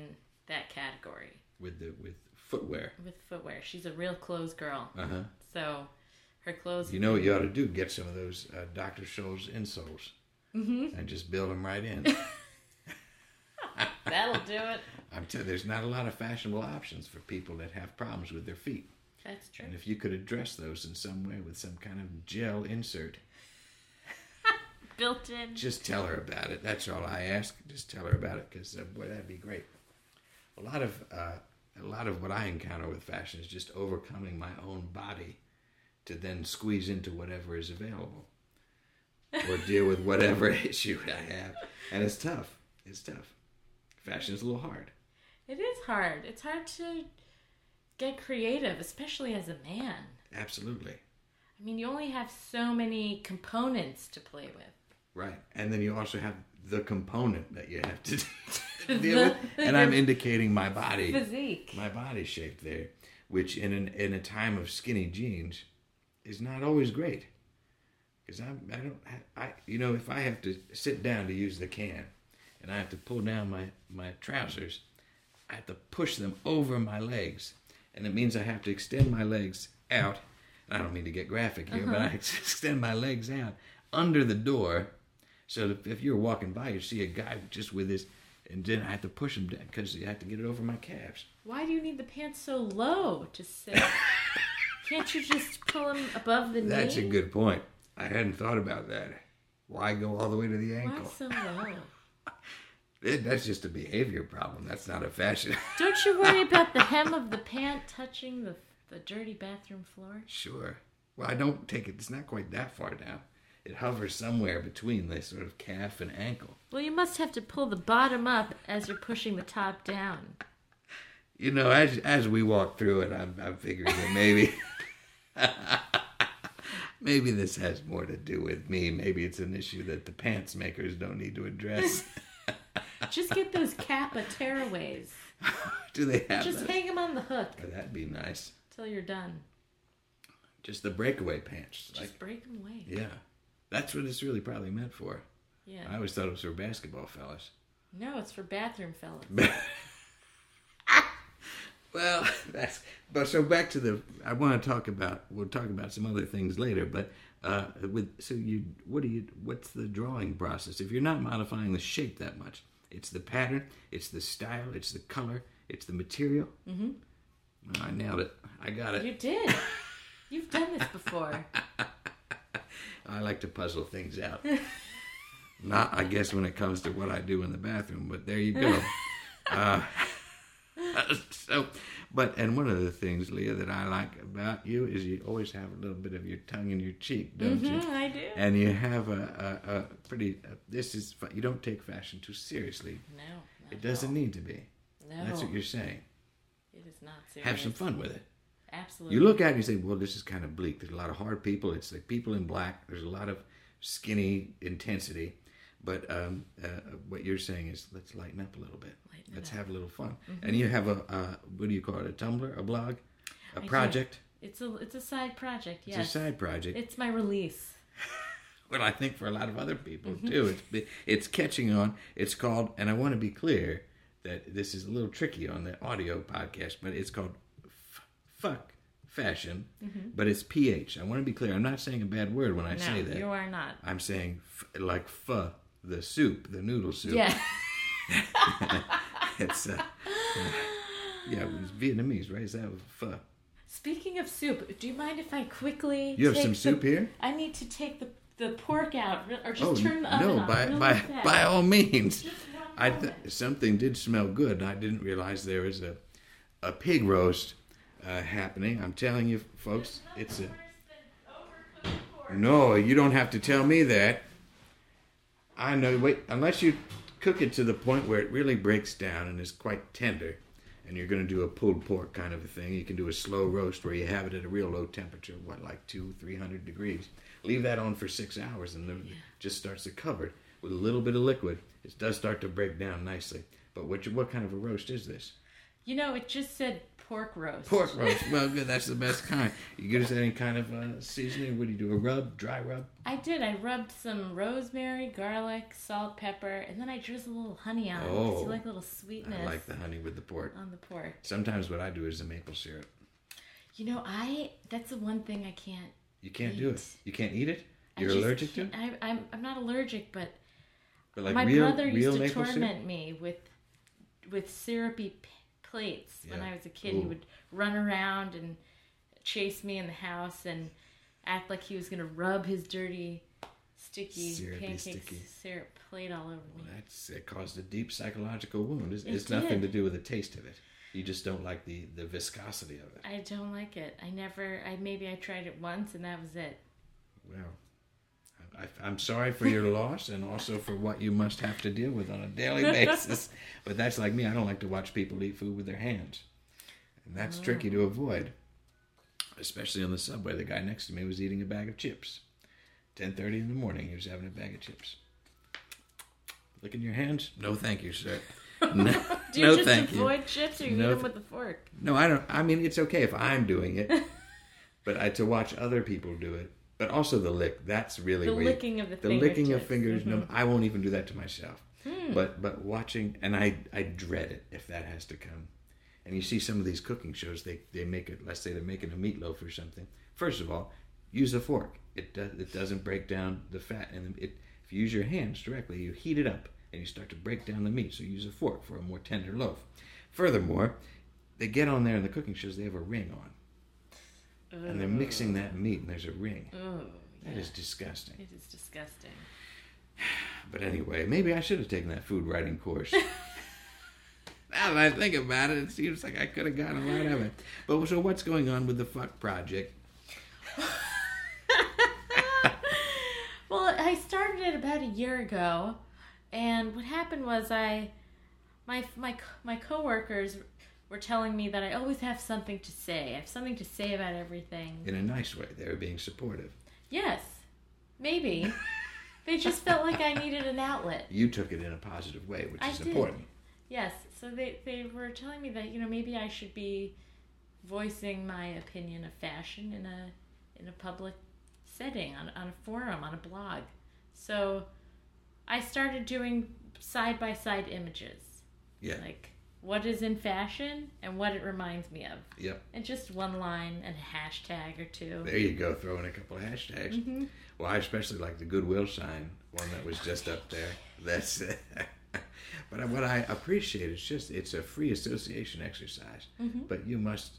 S2: that category
S1: with the with footwear?
S2: with footwear. She's a real clothes girl.
S1: Uh huh.
S2: So her clothes.
S1: You know what you ought to do? Get some of those uh, Dr. Scholl's insoles mm-hmm. and just build them right in.
S2: That'll do it.
S1: I'm telling there's not a lot of fashionable options for people that have problems with their feet.
S2: That's true.
S1: And if you could address those in some way with some kind of gel insert,
S2: Built in.
S1: just tell her about it. That's all I ask. Just tell her about it because uh, boy, that'd be great. A lot of uh, a lot of what I encounter with fashion is just overcoming my own body to then squeeze into whatever is available or deal with whatever issue I have, and it's tough. It's tough. Fashion's a little hard.
S2: It is hard. It's hard to get creative, especially as a man.
S1: Absolutely.
S2: I mean, you only have so many components to play with.
S1: Right. And then you also have the component that you have to deal with. And I'm indicating my body,
S2: Physique.
S1: my body shape there, which in an, in a time of skinny jeans is not always great. Because I I don't ha- I you know if I have to sit down to use the can, and I have to pull down my my trousers, I have to push them over my legs, and it means I have to extend my legs out. And I don't mean to get graphic here, but I extend my legs out under the door, so that if you're walking by, you see a guy just with his, and then I have to push him down because I have to get it over my calves.
S2: Why do you need the pants so low to sit? Can't you just pull them above the
S1: That's a
S2: knee?
S1: good point. I hadn't thought about that. Why go all the way to the ankle?
S2: Why so low?
S1: Eh, That's just a behavior problem. That's not a fashion.
S2: Don't you worry about the hem of the pant touching the, the dirty bathroom floor?
S1: sure. Well, I don't take it. It's not quite that far down. It hovers somewhere between the sort of calf and ankle.
S2: Well, you must have to pull the bottom up as you're pushing the top down.
S1: You know, as as we walk through it, I'm I'm figuring that maybe maybe this has more to do with me. Maybe it's an issue that the pants makers don't need to address.
S2: Just get those Kappa tearaways.
S1: do they have
S2: Just
S1: those?
S2: hang them on the hook
S1: Oh, that'd be nice.
S2: till you're done.
S1: Just the breakaway pants. Like,
S2: Just break them away.
S1: yeah, that's what it's really probably meant for.
S2: Yeah.
S1: I always thought it was for basketball fellas.
S2: No, it's for bathroom fellas.
S1: Well, that's but so back to the. I want to talk about. We'll talk about some other things later. But uh, with so you, what do you? What's the drawing process? If you're not modifying the shape that much, it's the pattern, it's the style, it's the color, it's the material. Mm-hmm. I nailed it. I got it.
S2: You did. You've done this before.
S1: I like to puzzle things out. Not, I guess, when it comes to what I do in the bathroom, but there you go. uh, so, but and one of the things, Leah, that I like about you is you always have a little bit of your tongue in your cheek, don't
S2: Mm,
S1: you?
S2: I do.
S1: And you have a, a, a pretty. uh this is fu- you don't take fashion too seriously.
S2: No. not
S1: It
S2: at
S1: doesn't need to be.
S2: all. No.
S1: That's what you're saying.
S2: It is not serious.
S1: Have some fun with it.
S2: Absolutely.
S1: You look at it and you say, well, this is kind of bleak. There's a lot of hard people. It's the people in black. There's a lot of skinny intensity. But um, uh, what you're saying is, let's lighten up a little bit.
S2: Lighten it Mm-hmm.
S1: let's have a little fun. And you have a, uh, what do you call it, a Tumblr, a blog, a
S2: do.
S1: project?
S2: It's a it's a side project. Yes.
S1: It's a side project.
S2: It's my release.
S1: well, I think for a lot of other people
S2: Mm-hmm.
S1: too, it's be- it's catching on. It's called, and I want to be clear that this is a little tricky on the audio podcast, but it's called f- "fuck fashion," but it's ph. I want to be clear. I'm not saying a bad word when I
S2: Mm-hmm. No,
S1: say that.
S2: you are not.
S1: I'm saying f- like "fuh," the soup, the noodle soup.
S2: Yeah.
S1: it's uh, yeah, it's Vietnamese, right? Is that pho?
S2: Speaking of soup, do you mind if I quickly?
S1: You have
S2: take
S1: some
S2: the-
S1: soup here?
S2: I need to take the, the pork out, re- or just
S1: Oh
S2: turn the oven
S1: no!
S2: on
S1: By
S2: really
S1: by
S2: fast.
S1: by all means,
S2: One
S1: I th-
S2: moment.
S1: something did smell good. and I didn't realize there was a a pig roast uh, happening. I'm telling you, folks, it's a no. You don't have to tell me that. I know. Wait, unless you cook it to the point where it really breaks down and is quite tender, and you're going to do a pulled pork kind of a thing. You can do a slow roast where you have it at a real low temperature, what like two, three hundred degrees. Leave that on for six hours, and then it just starts to cover with a little bit of liquid. It does start to break down nicely. But what you- what kind of a roast is this?
S2: You know, it just said pork roast.
S1: Pork roast. Well, good. That's the best kind. You get us any kind of uh, seasoning. What do you do? A rub, dry rub.
S2: I did. I rubbed some rosemary, garlic, salt, pepper, and then I drizzled a little honey on it. 'cause
S1: Oh.
S2: You like a little
S1: I
S2: sweetness
S1: like the honey with the pork.
S2: on the pork.
S1: Sometimes what I do is the maple syrup.
S2: You know, I that's the one thing I can't.
S1: You can't do it.
S2: Eat.
S1: You can't eat it.
S2: I
S1: You're
S2: just
S1: allergic to
S2: can't-
S1: it.
S2: I, I'm I'm not allergic, but
S1: But like
S2: my
S1: real,
S2: brother
S1: real
S2: used to
S1: maple syrup?
S2: torment me with with syrupy p- plates when
S1: Yeah.
S2: I was a kid. He
S1: Ooh.
S2: would run around and chase me in the house and act like he was gonna rub his dirty, sticky
S1: Syrupy,
S2: pancake
S1: sticky.
S2: syrup plate all over me.
S1: That's it caused a deep psychological wound. It's,
S2: It
S1: it's nothing to
S2: did.
S1: do with the taste of it. You just don't like the the viscosity of it.
S2: I don't like it. I never. I maybe I tried it once and that was it.
S1: Well, I, I, I'm sorry for your loss and also for what you must have to deal with on a daily basis. But that's like me. I don't like to watch people eat food with their hands, and that's
S2: Oh.
S1: tricky to avoid. Especially on the subway, the guy next to me was eating a bag of chips. Ten thirty in the morning, he was having a bag of chips. Look in your hands. No, thank you, sir. No,
S2: Do you
S1: no,
S2: just
S1: thank you.
S2: avoid chips or
S1: No
S2: you eat
S1: th-
S2: them with a fork?
S1: No, I don't. I mean, it's okay if I'm doing it, but I, to watch other people do it. But also the lick. That's really
S2: The
S1: where you-
S2: licking of the
S1: the licking of
S2: fingertips.
S1: fingers. No, I won't even do that to myself. But but watching and I I dread it if that has to come. And you see some of these cooking shows. They they make it. Let's say they're making a meatloaf or something. First of all, use a fork. It does it doesn't break down the fat and it. If you use your hands directly, you heat it up and you start to break down the meat. So use a fork for a more tender loaf. Furthermore, they get on there in the cooking shows. They have a ring on, and they're mixing that meat, and there's a ring.
S2: Oh,
S1: That is disgusting.
S2: it is disgusting.
S1: But anyway, maybe I should have taken that food writing course. now that I think about it, it seems like I could have gotten a lot of it. But so what's going on with the fuck project?
S2: Well, I started it about a year ago, and what happened was I, my my my coworkers were telling me that I always have something to say. I have something to say about everything.
S1: In a nice way, they were being supportive.
S2: Yes, maybe. they just felt like I needed an outlet.
S1: You took it in a positive way, which
S2: I
S1: is
S2: did.
S1: important.
S2: Yes, so they they were telling me that you know maybe I should be voicing my opinion of fashion in a in a public setting on on a forum on a blog. So I started doing side by side images
S1: Yeah.
S2: like what is in fashion and what it reminds me of,
S1: Yep.
S2: and just one line and a hashtag or two. Mm-hmm.
S1: There you go. Throw in a couple of hashtags. Well, I especially like the goodwill sign, one that was just up there. That's. but what I appreciate is just it's a free association exercise. But you must,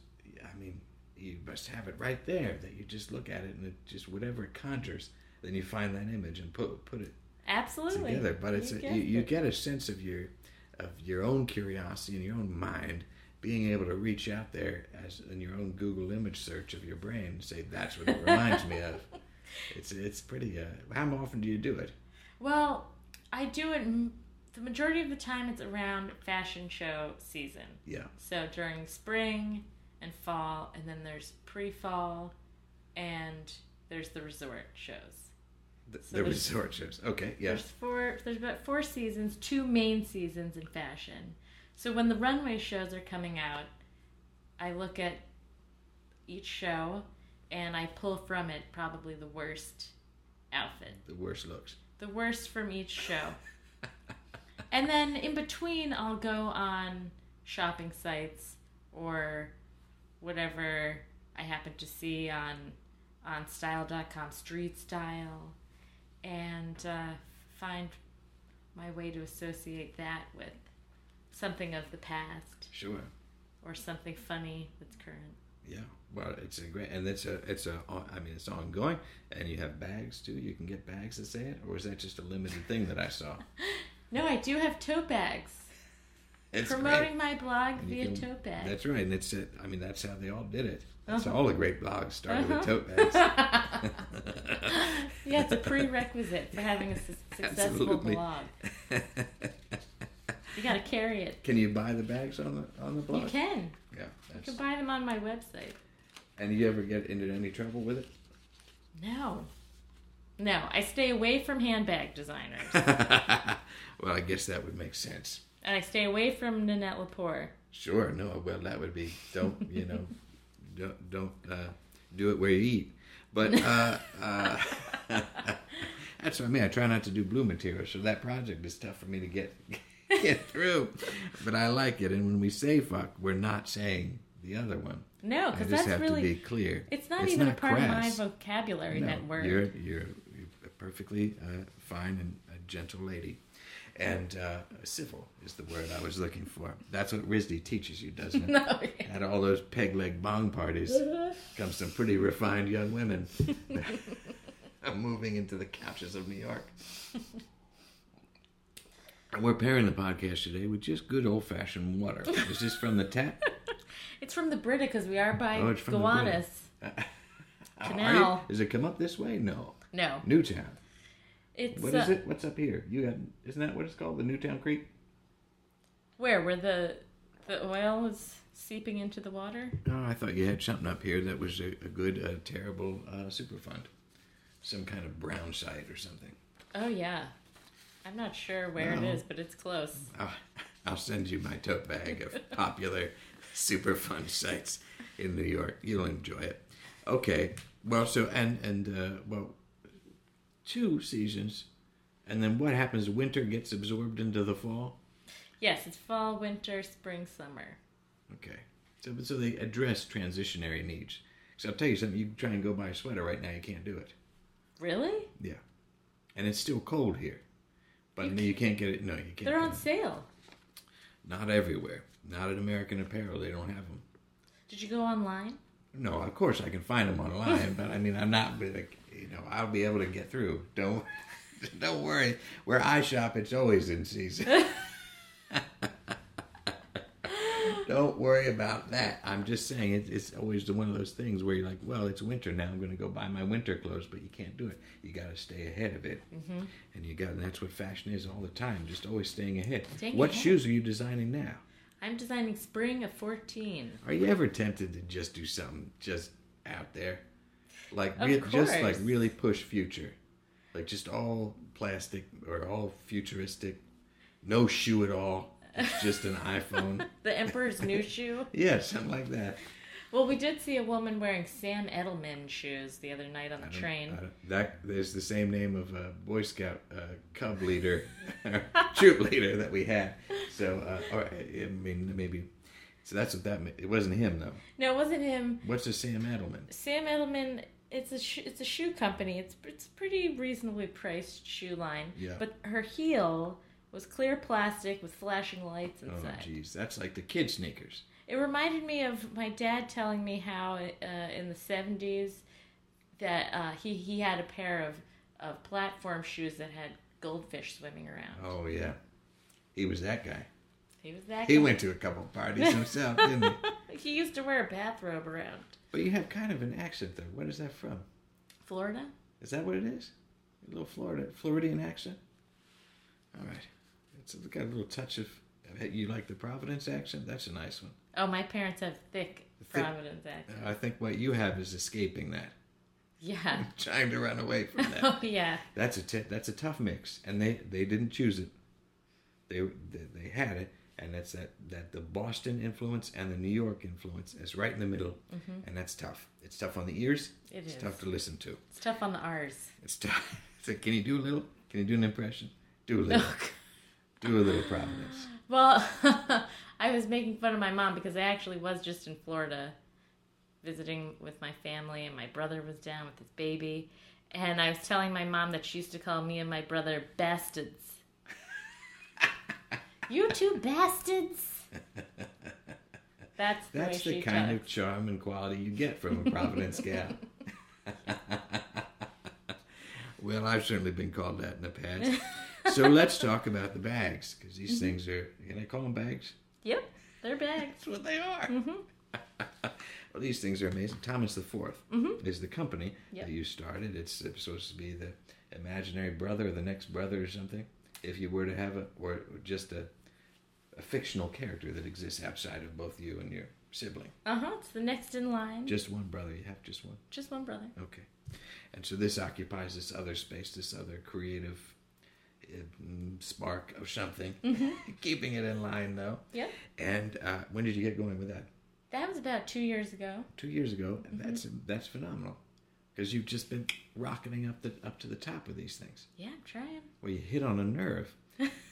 S1: I mean, you must have it right there that you just look at it and it just whatever it conjures, then you find that image and put put it
S2: Absolutely.
S1: together. But it's
S2: You
S1: a,
S2: guessed
S1: you, you
S2: it.
S1: get a sense of your of your own curiosity and your own mind being able to reach out there as in your own Google image search of your brain and say that's what it reminds me of. It's it's pretty. Uh, how often do you do it?
S2: Well, I do it m- the majority of the time. It's around fashion show season.
S1: Yeah.
S2: So during spring and fall, and then there's pre-fall, and there's the resort shows.
S1: The,
S2: So
S1: the
S2: there's-
S1: resort shows. Okay.
S2: There's
S1: Yes.
S2: four. There's about four seasons, two main seasons in fashion. So when the runway shows are coming out, I look at each show and I pull from it probably the worst outfit.
S1: The worst looks.
S2: the worst from each show. and then in between, I'll go on shopping sites or whatever I happen to see on on style.com, street style, and uh, find my way to associate that with something of the past
S1: Sure.
S2: or something funny that's current.
S1: Yeah. Well, it's a great, and it's a, it's a, I mean, it's ongoing, and you have bags too. You can get bags that say it, or is that just a limited thing that I saw?
S2: No, I do have tote bags.
S1: It's
S2: Promoting my blog
S1: And you
S2: via
S1: can- Great.
S2: tote bag.
S1: That's right, and it's, it. I mean, that's how they all did it. That's
S2: Uh-huh.
S1: all the great blogs started
S2: Uh-huh.
S1: with tote bags.
S2: yeah, it's a prerequisite for having a su- successful
S1: Absolutely.
S2: blog. You got to carry it.
S1: can you buy the bags on the on the blog?
S2: You can.
S1: Yeah.
S2: You
S1: That's,
S2: can buy them on my website.
S1: and you ever get into any trouble with it?
S2: No. No, I stay away from handbag designers.
S1: well, I guess that would make sense.
S2: and I stay away from Nanette Lepore.
S1: Sure. No. Well, that would be don't you know, don't don't uh, do it where you eat. But uh, uh, that's what I mean. I try not to do blue material, so that project is tough for me to get get through. But I like it, and when we say fuck, we're not saying the other one.
S2: No,
S1: I
S2: because
S1: just
S2: that's
S1: have
S2: really.
S1: to be clear.
S2: It's not even a part
S1: crass.
S2: of my vocabulary,
S1: No,
S2: that word.
S1: You're you're, you're a perfectly uh, fine and a gentle lady, and uh, civil is the word I was looking for. That's what RISD teaches you, doesn't it?
S2: No, Oh, yeah. Mm-hmm.
S1: At all those peg leg bong parties, come some pretty refined young women moving into the couches of New York. And We're pairing the podcast today with just good old fashioned water. Is this from the tap?
S2: It's from the Brita because we are by
S1: Oh, it's from the
S2: Gowanus.
S1: Are you-
S2: Canal.
S1: Does it come up this way? No.
S2: No,
S1: Newtown.
S2: it's
S1: What
S2: uh,
S1: is it? What's up here? You got isn't that what it's called? The Newtown Creek?
S2: where where the the oil is seeping into the water.
S1: Oh, I thought you had something up here that was a, a good, uh, terrible uh, superfund, some kind of brown site or something.
S2: Oh yeah, I'm not sure where
S1: No.
S2: it is, but it's close.
S1: I'll, I'll send you my tote bag of popular superfund sites in New York. You'll enjoy it. Okay. Well, so and and uh, well, two seasons, and then what happens? Winter gets absorbed into the fall.
S2: Yes, it's fall, winter, spring, summer.
S1: Okay. So, so they address transitionary needs. So I'll tell you something. You try and go buy a sweater right now, you can't do it.
S2: Really?
S1: Yeah. And it's still cold here. But no, you can't get it. No, you can't.
S2: They're
S1: get
S2: on
S1: it.
S2: sale.
S1: Not everywhere. Not at American Apparel. They don't have them.
S2: Did you go online?
S1: No, of course I can find them online, but I mean, I'm not be like you know, I'll be able to get through. Don't don't worry. Where I shop, it's always in season. don't worry about that. I'm just saying it, it's always the one of those things where you're like, well, it's winter now. I'm going to go buy my winter clothes, but you can't do it. You got to stay ahead of it, mm-hmm. and you got and that's what fashion is all the time. Just always staying ahead.
S2: Staying
S1: what
S2: ahead.
S1: shoes are you designing now?
S2: I'm designing spring of 14.
S1: Are you ever tempted to just do something just out there, like
S2: Of
S1: re- just like
S2: course.
S1: really push future, like just all plastic or all futuristic, no shoe at all. It's just an iPhone.
S2: The Emperor's New Shoe.
S1: Yeah, something like that.
S2: Well, we did see a woman wearing Sam Edelman shoes the other night on the
S1: I don't-
S2: train.
S1: I don't- that there's the same name of a Boy Scout uh, cub leader, troop leader that we had. So, uh, all right, I mean, maybe. So that's what that. meant. It wasn't him though.
S2: No, it wasn't him.
S1: What's a Sam Edelman?
S2: Sam Edelman. It's a sh- it's a shoe company. It's it's a pretty reasonably priced shoe line.
S1: Yeah.
S2: But her heel was clear plastic with flashing lights
S1: Oh,
S2: inside.
S1: jeez, that's like the kid sneakers.
S2: it reminded me of my dad telling me how uh, in the seventies that uh, he he had a pair of of platform shoes that had goldfish swimming around.
S1: Oh yeah, he was that guy.
S2: He was that.
S1: He
S2: guy.
S1: went to a couple parties himself, didn't he?
S2: He used to wear a bathrobe around
S1: But you have kind of an accent though. What is that from?
S2: Florida.
S1: Is that what it is? A little Florida Floridian accent. All right, it's got a little touch of. You like the Providence accent? That's a nice one.
S2: Oh, my parents have thick
S1: Thick-
S2: Providence accent.
S1: I think what you have is escaping that,
S2: Yeah.
S1: trying to run away from that.
S2: Oh yeah.
S1: That's a t- that's a tough mix, and they they didn't choose it. They they, they had it, and that's that that the Boston influence and the New York influence is right in the middle, and that's tough. It's tough on the ears.
S2: Mm-hmm. It
S1: it's
S2: is.
S1: tough to listen to.
S2: It's tough on the R's.
S1: It's tough. It's like, can you do a little? Can you do an impression? Do a little. do a little Providence.
S2: Well, I was making fun of my mom because I actually was just in Florida visiting with my family, and my brother was down with his baby. And I was telling my mom that she used to call me and my brother bastards. You two bastards. That's the
S1: That's
S2: way
S1: the
S2: she
S1: kind
S2: talks.
S1: of charm and quality you get from a Providence gal. well, I've certainly been called that in the past. so let's talk about the bags because these things are. Can I call them bags?
S2: Yep, they're bags.
S1: That's what they are. well, these things are amazing. Thomas the 4th is the company
S2: Yep.
S1: that you started. It's supposed to be the imaginary brother or the next brother or something. If you were to have a, or just a, a fictional character that exists outside of both you and your sibling.
S2: Uh huh. It's the next in line.
S1: Just one brother. You have just one.
S2: Just one brother.
S1: Okay. And so this occupies this other space, this other creative uh, mm, spark of something. Keeping it in line, though.
S2: Yep.
S1: And uh, when did you get going with that?
S2: That was about two years ago.
S1: two years ago, and that's that's phenomenal because you've just been rocketing up the up to the top of these things.
S2: Yeah, I'm trying.
S1: Well, you hit on a nerve.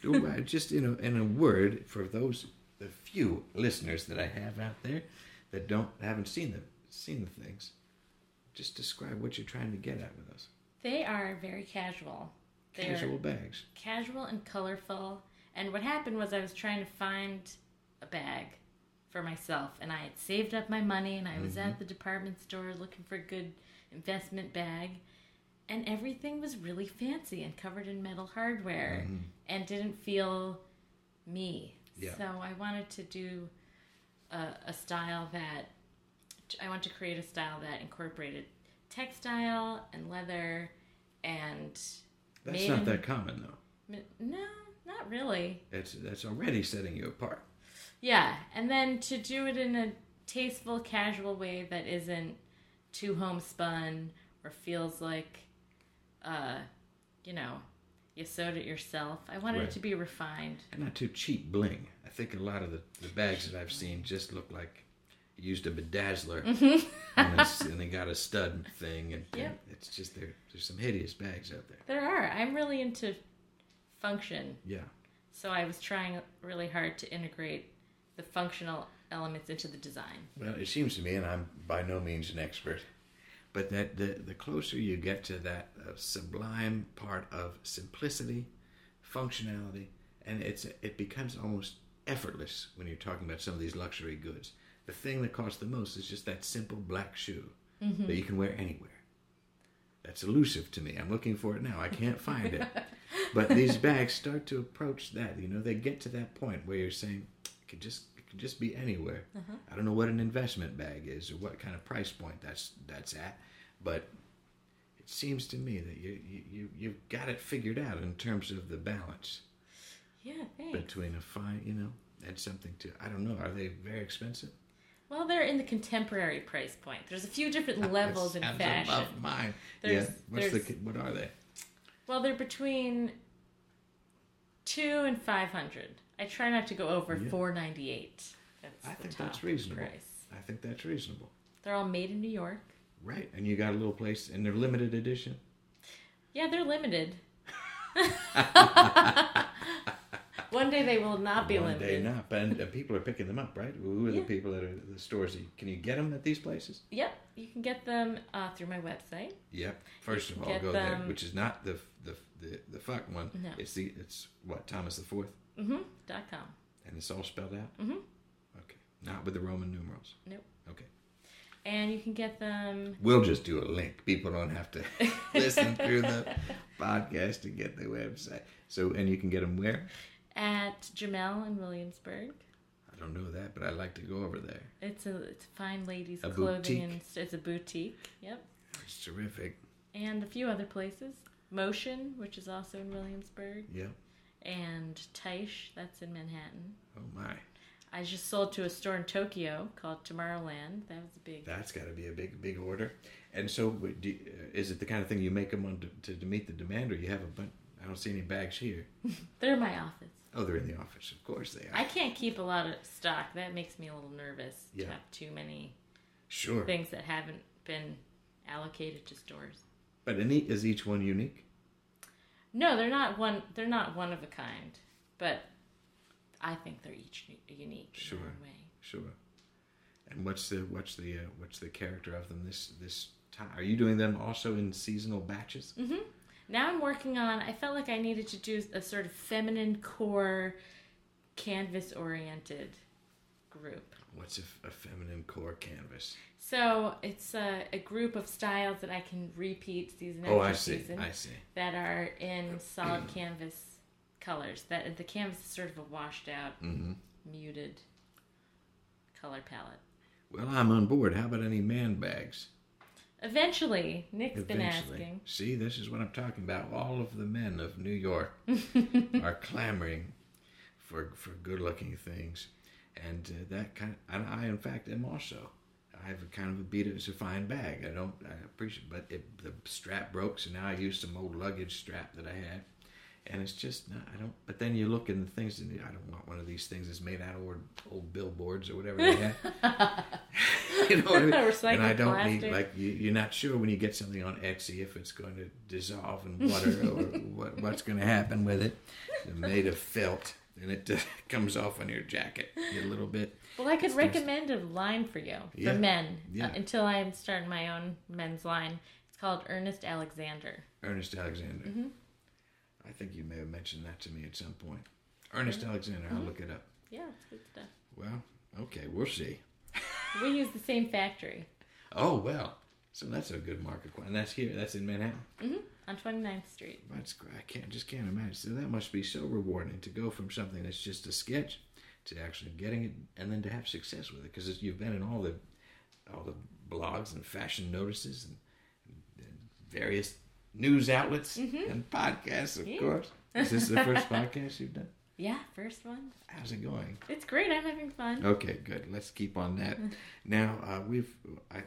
S1: Do I- just in a, in a word for those the few listeners that I have out there that don't haven't seen the seen the things. Just describe what you're trying to get at with those
S2: They are very casual. They're
S1: casual bags.
S2: casual and colorful. And what happened was I was trying to find a bag for myself, and I had saved up my money, and I was at the department store looking for a good investment bag, and everything was really fancy and covered in metal hardware, and didn't feel me.
S1: Mm-hmm. Yeah.
S2: So I wanted to do a, a style that I want to create a style that incorporated textile and leather and
S1: That's
S2: made
S1: not
S2: in-
S1: that common though.
S2: Mi- No, not really.
S1: That's that's already setting you apart.
S2: Yeah, and then to do it in a tasteful, casual way that isn't too homespun or feels like, uh, you know, you sewed it yourself. I wanted
S1: Right.
S2: it to be refined.
S1: and not too cheap bling. I think a lot of the, the bags that I've seen just look like you used a bedazzler and, it's- and they got a stud thing, and, and
S2: Mm-hmm. Yep.
S1: it's just there. There's some hideous bags out there.
S2: There are. I'm really into function,
S1: Yeah,
S2: so I was trying really hard to integrate the functional elements into the design.
S1: well, it seems to me, and I'm by no means an expert, but that the the closer you get to that uh, sublime part of simplicity, functionality, and it's it becomes almost effortless when you're talking about some of these luxury goods. The thing that costs the most is just that simple black shoe that you can wear anywhere. That's elusive to me. I'm looking for it now. I can't find it. but these bags start to approach that. You know, they get to that point where you're saying, it could just it could just be anywhere.
S2: Uh-huh.
S1: I don't know what an investment bag is or what kind of price point that's that's at, but it seems to me that you you you- you've got it figured out in terms of the balance
S2: Yeah, thanks.
S1: between a fine, you know, and something to I don't know. Are they very expensive?
S2: well, they're in the contemporary price point. There's a few different levels in
S1: Sounds
S2: fashion.
S1: Above mine.
S2: There's-
S1: yeah. What's the
S2: there's-
S1: what are they?
S2: Well, they're between two and five hundred. I try not to go over
S1: Yeah.
S2: four ninety eight. That's
S1: I
S2: the
S1: think
S2: top
S1: that's reasonable.
S2: Price.
S1: I think that's reasonable.
S2: They're all made in New York.
S1: Right. And you got a little place and they're limited edition.
S2: Yeah, they're limited. One day they will not be
S1: One day
S2: limited.
S1: not, and uh, people are picking them up, right? Who are the
S2: Yeah.
S1: people that are the stores? That you, can you get them at these places?
S2: Yep, you can get them uh, through my website.
S1: Yep. First of all,
S2: get
S1: go there,
S2: them-
S1: which is not the the the, the fuck one.
S2: No.
S1: It's the it's what Thomas the Fourth,
S2: Mm-hmm. Dot com.
S1: and it's all spelled out.
S2: Mhm.
S1: Okay. Not with the Roman numerals.
S2: Nope.
S1: Okay.
S2: And you can get them.
S1: We'll just do a link. People don't have to listen through the podcast to get the website. So, and you can get them where?
S2: At Jamel in Williamsburg.
S1: I don't know that, but I like to go over there.
S2: It's a it's a fine ladies
S1: A
S2: clothing
S1: boutique.
S2: and it's a boutique. Yep.
S1: It's terrific.
S2: and a few other places. Motion, which is also in Williamsburg,
S1: Yep.
S2: and Taish, that's in Manhattan.
S1: Oh my,
S2: I just sold to a store in Tokyo called Tomorrowland. That was a big.
S1: that's got to be a big, big order. And so, w- do, uh, is it the kind of thing you make them on to, to meet the demand, or you have a bunch? I don't see any bags here.
S2: They're in my office.
S1: Oh, they're in the office. Of course they are.
S2: I can't keep a lot of stock. That makes me a little nervous
S1: Yeah.
S2: to have too many
S1: sure.
S2: things that haven't been allocated to stores.
S1: But any, is each one unique?
S2: No, they're not one. They're not one of a kind, but I think they're each u- unique in
S1: Sure.
S2: their own way.
S1: Sure. And what's the what's the uh, what's the character of them this this time? Are you doing them also in seasonal batches?
S2: Now I'm working on. I felt like I needed to do a sort of feminine core canvas oriented group.
S1: What's a, f- a feminine core canvas?
S2: So it's a, a group of styles that I can repeat season after
S1: Oh, I see.
S2: season
S1: I see.
S2: that are in solid canvas colors. That the canvas is sort of a washed out,
S1: Mm-hmm.
S2: muted color palette.
S1: Well, I'm on board. How about any man bags?
S2: Eventually, Nick's been asking.
S1: See, this is what I'm talking about. All of the men of New York are clamoring for for good-looking things, and uh, that kind. and I, in fact, am also. I have a kind of a beat. It's a fine bag. I don't. I appreciate, but it, the strap broke, so now I use some old luggage strap that I had, and it's just not. I don't. But then you look in the things, and I don't want one of these things that's made out of old, old billboards or whatever they have. you know what I mean?
S2: Recycled
S1: and I don't need
S2: plastic.
S1: like you, you're not sure when you get something on Etsy if it's going to dissolve in water or what, what's going to happen with it. They're made of felt, and it uh, comes off on your jacket a little bit.
S2: Well, I could recommend a line for you for
S1: Yeah.
S2: men
S1: Yeah.
S2: uh, until I am starting my own men's line. It's called Ernest Alexander.
S1: Ernest Alexander. I think you may have mentioned that to me at some point. Ernest Alexander. I'll look it up.
S2: Yeah, it's good stuff.
S1: Well, okay, we'll see.
S2: We use the same factory
S1: Oh well, so that's a good market. And that's here. That's in Manhattan.
S2: on 29th Street.
S1: That's gr- I can't just can't imagine. So that must be so rewarding to go from something that's just a sketch to actually getting it, and then to have success with it because you've been in all the all the blogs and fashion notices and, and various news outlets and podcasts, of course. Is this the first podcast you've done?
S2: Yeah, first one.
S1: How's it going?
S2: It's great. I'm having fun.
S1: Okay, good. Let's keep on that. now uh, we've I,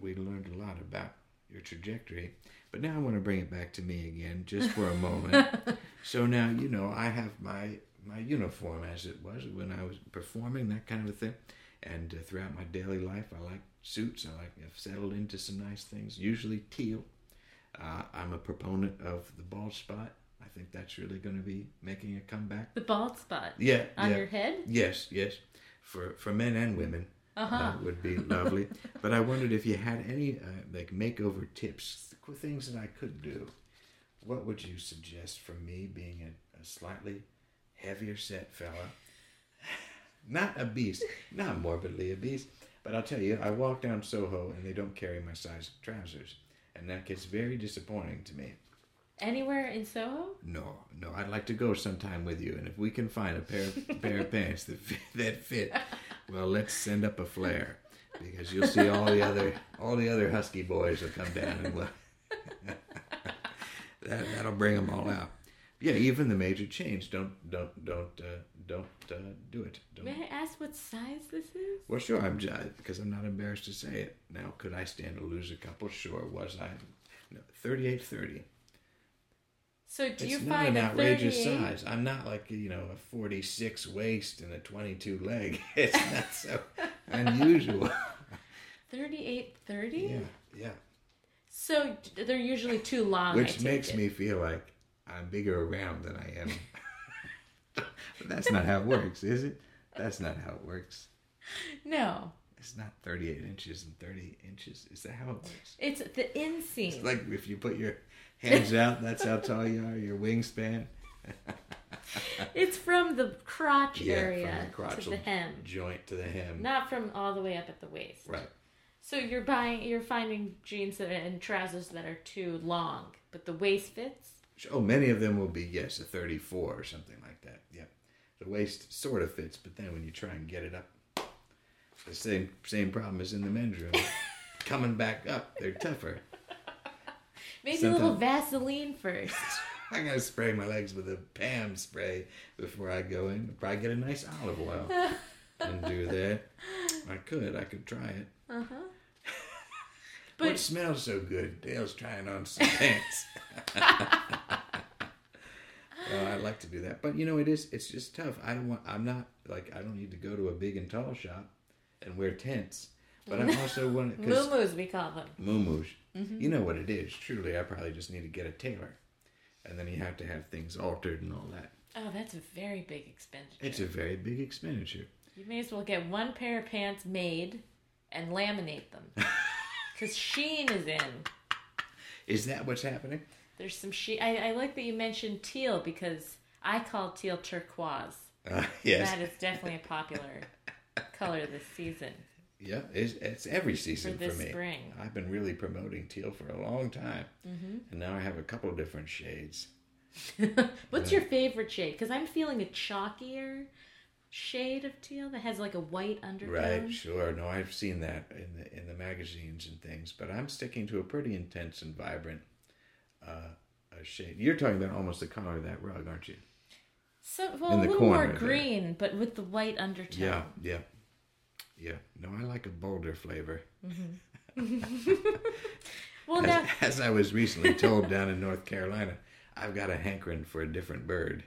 S1: we learned a lot about your trajectory, but now I want to bring it back to me again, just for a moment. so now you know I have my my uniform as it was when I was performing that kind of a thing, and uh, throughout my daily life I like suits. I like I've settled into some nice things, usually teal. Uh, I'm a proponent of the bald spot. I think that's really going to be making a comeback.
S2: The bald spot
S1: Yeah,
S2: on
S1: yeah.
S2: your head.
S1: Yes, yes, for for men and women, that would be lovely. but I wondered if you had any uh, like makeover tips, th- things that I could do. What would you suggest for me, being a, a slightly heavier set fella? Not obese, not morbidly obese, but I'll tell you, I walk down Soho and they don't carry my size trousers, and that gets very disappointing to me.
S2: Anywhere in Soho?
S1: No, no, I'd like to go sometime with you, and if we can find a pair of, pair of pants that fit, that fit, well, let's send up a flare because you'll see all the other all the other husky boys will come down and we'll, that that'll bring them all out. Yeah, even the major chains don't don't don't uh, don't uh, do it. Don't.
S2: May I ask what size this is?
S1: Well, sure, I'm ju- because I'm not embarrassed to say it. Now, could I stand to lose a couple? Sure, was I? No, thirty-eight thirty.
S2: So do you
S1: it's not
S2: find
S1: an
S2: a
S1: outrageous
S2: 38?
S1: size. I'm not like you know a 46 waist and a 22 leg. It's not so unusual.
S2: 38, 30?
S1: yeah, yeah.
S2: So d- they're usually too long. I
S1: Which
S2: take
S1: makes
S2: it.
S1: me feel like I'm bigger around than I am. but that's not how it works, is it? That's not how it works.
S2: No.
S1: It's not 38 inches and 30 inches. Is that how it works?
S2: It's the inseam.
S1: It's like if you put your hands out, that's how tall you are. Your wingspan.
S2: It's from the crotch area
S1: from the crotch
S2: to the hem,
S1: joint to the hem.
S2: not from all the way up at the waist.
S1: Right.
S2: So you're buying, you're finding jeans that are, and trousers that are too long, but the waist fits.
S1: Oh, many of them will be yes, a 34 or something like that. Yep. The waist sort of fits, but then when you try and get it up, the same same problem as in the men's room. Coming back up, they're tougher.
S2: Maybe a little Vaseline first.
S1: I gotta spray my legs with a Pam spray before I go in. Probably get a nice olive oil and do that. I could, I could try it. Uh huh. But
S2: But-
S1: what smells so good? Dale's trying on some pants. well, I'd like to do that, but you know, it is—it's just tough. I don't want. I'm not like I don't need to go to a big and tall shop and wear tents. But I'm also one because
S2: Moo-moos, we call them.
S1: Moomoos.
S2: Mm-hmm.
S1: You know what it is. Truly, I probably just need to get a tailor. And then you have to have things altered and all that.
S2: Oh, that's a very big expenditure.
S1: It's a very big expenditure.
S2: You may as well get one pair of pants made and laminate them. Because Sheen is in.
S1: Is that what's happening?
S2: There's some Sheen. I, I like that you mentioned teal because I call teal turquoise.
S1: Uh, yes.
S2: That is definitely a popular color this season.
S1: Yeah, it's, it's every season for,
S2: this
S1: me. Uh,
S2: spring.
S1: I've been really promoting teal for a long time,
S2: Mm-hmm.
S1: and now I have a couple of different shades.
S2: What's your favorite shade? Because I'm feeling a chalkier shade of teal that has like a white undertone.
S1: Right, sure. No, I've seen that in the in the magazines and things, but I'm sticking to a pretty intense and vibrant uh, uh shade. You're talking about almost the color of that rug, aren't you?
S2: So, well,
S1: In
S2: a
S1: the
S2: little
S1: corner
S2: more
S1: there.
S2: green, but with the white undertone.
S1: Yeah, yeah, yeah. No, I like a bolder flavor.
S2: Well,
S1: As,
S2: now,
S1: as I was recently told down in North Carolina, I've got a hankering for a different bird.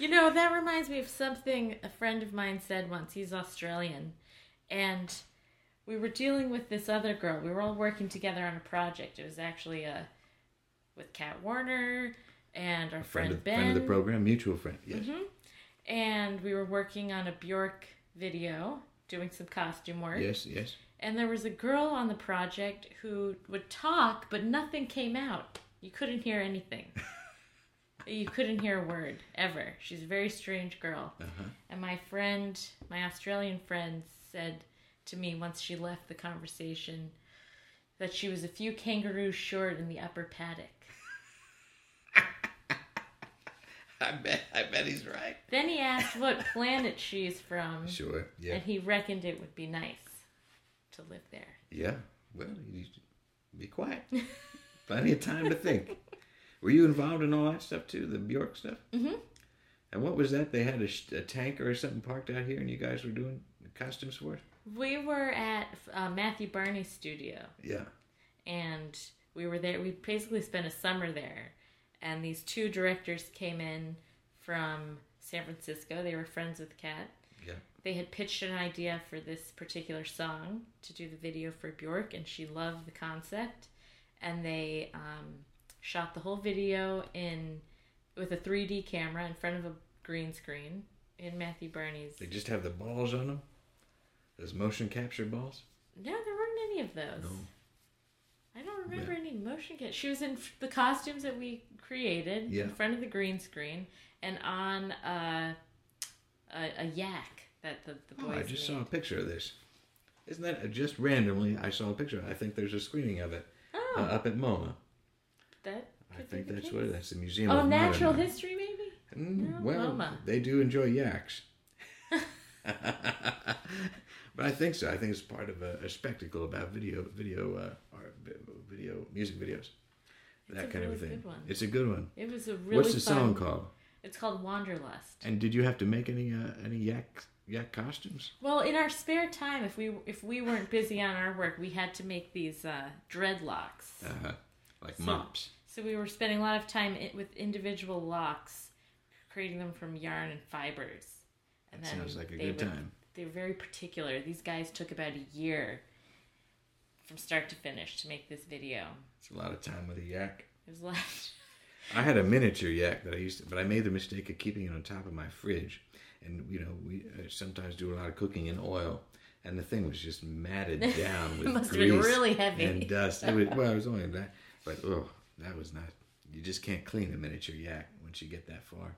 S2: you know, that reminds me of something a friend of mine said once. He's Australian. And we were dealing with this other girl. We were all working together on a project. It was actually a, with Kat Warner and our
S1: Friend
S2: friend,
S1: Mm-hmm. of,
S2: Ben.
S1: friend of the program, mutual friend. Yes.
S2: and we were working on a Bjork video, doing some costume work.
S1: Yes, yes.
S2: And there was a girl on the project who would talk, but nothing came out. You couldn't hear anything. you couldn't hear a word ever. She's a very strange girl. And my friend, my Australian friend, said to me once she left the conversation that she was a few kangaroos short in the upper paddock.
S1: I bet I bet he's right.
S2: Then he asked what planet she's from,
S1: Sure. Yeah.
S2: and he reckoned it would be nice to live there.
S1: Yeah. Well, you should be quiet. Plenty of time to think. Were you involved in all that stuff too, the Bjork stuff? Mm-hmm. And what was that? They had a, sh- a tanker or something parked out here, and you guys were doing costumes for it.
S2: We were at uh, Matthew Barney's studio,
S1: Yeah.
S2: and we were there. We basically spent a summer there, and these two directors came in from San Francisco. They were friends with Kat.
S1: Yeah.
S2: They had pitched an idea for this particular song to do the video for Bjork, and she loved the concept. And they um, shot the whole video in with a 3D camera in front of a green screen in Matthew Barney's.
S1: They just have the balls on them. Those motion capture balls.
S2: No, there weren't any of those.
S1: No.
S2: I don't remember any motion kit. She was in f- the costumes that we created
S1: Yeah.
S2: in front of the green screen and on a, a, a yak that the, the boys.
S1: Oh, I just
S2: made.
S1: saw a picture of this. Isn't that uh, just randomly? I saw a picture. I think there's a screening of it
S2: Oh,
S1: uh, up at MoMA.
S2: that.
S1: I
S2: could be
S1: think
S2: the
S1: that's
S2: case.
S1: what it is. That's the Museum
S2: Oh,
S1: of Modern
S2: natural
S1: Art.
S2: history maybe.
S1: Mm,
S2: No,
S1: well,
S2: MoMA.
S1: they do enjoy yaks. but I think so. I think it's part of a, a spectacle about video, video, uh, art, vi- video, music videos, that
S2: a
S1: kind of a
S2: really
S1: thing.
S2: good one.
S1: It's a good one.
S2: It was a really.
S1: What's the
S2: fun,
S1: song called?
S2: It's called Wanderlust.
S1: And did you have to make any uh, any yak yak costumes?
S2: Well, in our spare time, if we if we weren't busy on our work, we had to make these uh, dreadlocks.
S1: Uh, like mops.
S2: So we were spending a lot of time i with individual locks, creating them from yarn and fibers. And
S1: That sounds like a
S2: they
S1: good
S2: would-
S1: time.
S2: They were very particular. These guys took about a year from start to finish to make this video.
S1: It's a lot of time with a yak.
S2: It was a lot.
S1: I had a miniature yak that I used, to, but I made the mistake of keeping it on top of my fridge, and you know we uh, sometimes do a lot of cooking in oil, and the thing was just matted down with
S2: Must have
S1: grease
S2: been really heavy.
S1: and dust. It was, well, it was only that, but oh, that was not. You just can't clean a miniature yak once you get that far.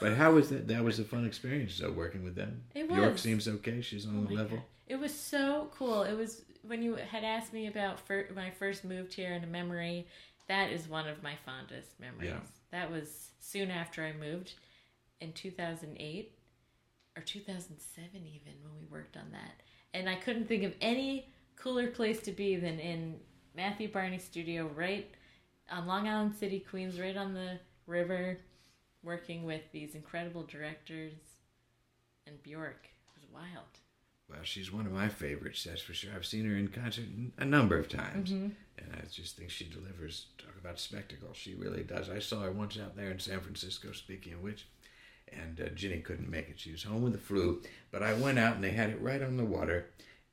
S1: but how was that? That was a fun experience though, working with them.
S2: It
S1: York
S2: was. Oh
S1: seems okay. She's on the level.
S2: It was so cool. It was when you had asked me about fir- when I first moved here and a memory. That is one of my fondest memories.
S1: Yeah.
S2: That was soon after I moved in 2008 or 2007, even when we worked on that. And I couldn't think of any cooler place to be than in Matthew Barney's studio, right on Long Island City, Queens, right on the river, working with these incredible directors and Bjork. It was wild.
S1: Well, she's one of my favorites, that's for sure. I've seen her in concert n- a number of times, and I just think she delivers. Talk about spectacle, she really does. I saw her once out there in San Francisco. Speaking of which, and uh, Ginny couldn't make it; she was home with the flu. But I went out, and they had it right on the water,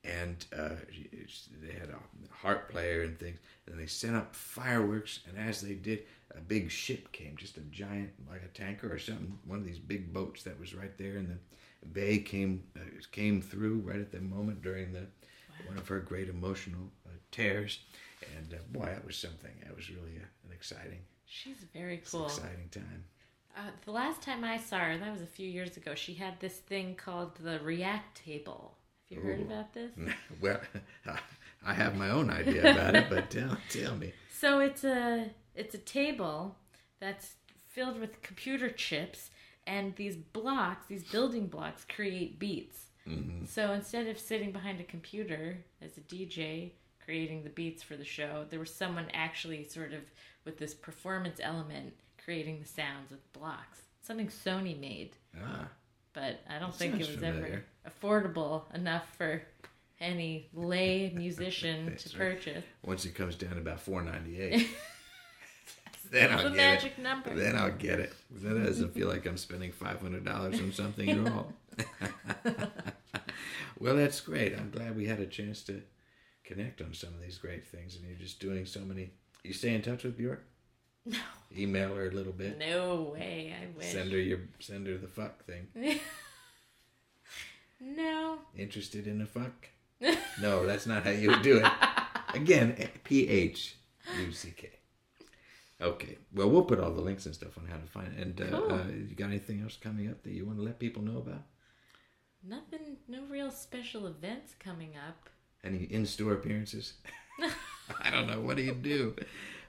S1: and uh, she- it's- they had a harp player and things. And they sent up fireworks, and as they did, a big ship came, just a giant, like a tanker or something, one of these big boats that was right there in the Bay came uh, came through right at the moment during the one of her great emotional uh, tears, and uh, boy, that was something. That was really uh an exciting
S2: She's very
S1: It's
S2: cool.
S1: an exciting time.
S2: Uh, the last time I saw her, that was a few years ago, she had this thing called the React Table. Have you heard
S1: Ooh. Mm.
S2: about this?
S1: Well, I have my own idea about it, but tell tell me.
S2: So it's a it's a table that's filled with computer chips and these blocks, these building blocks create beats. So instead of sitting behind a computer as a DJ creating the beats for the show, there was someone actually sort of with this performance element creating the sounds with blocks. Something Sony made,
S1: Ah,
S2: but I don't think it
S1: sounds
S2: was
S1: familiar.
S2: ever affordable enough for any lay musician
S1: That's
S2: to
S1: right.
S2: purchase.
S1: once it comes down to about four ninety eight, then
S2: It's
S1: I'll
S2: a
S1: get
S2: magic
S1: it.
S2: number.
S1: Then I'll get it. Then it doesn't feel like I'm spending five hundred dollars on something at all. well, that's great. I'm glad we had a chance to connect on some of these great things, and you're just doing so many. You stay in touch with Bjork.
S2: No.
S1: Email her a little bit.
S2: No way, I wish.
S1: Send her your send her the fuck thing.
S2: no.
S1: Interested in a fuck? No, that's not how you would do it. Again, P H U C K. Okay. Well, we'll put all the links and stuff on how to find it. And uh,
S2: Cool.
S1: uh, you got anything else coming up that you want to let people know about?
S2: Nothing, no real special events coming up.
S1: Any in-store appearances? I don't know. What do you do?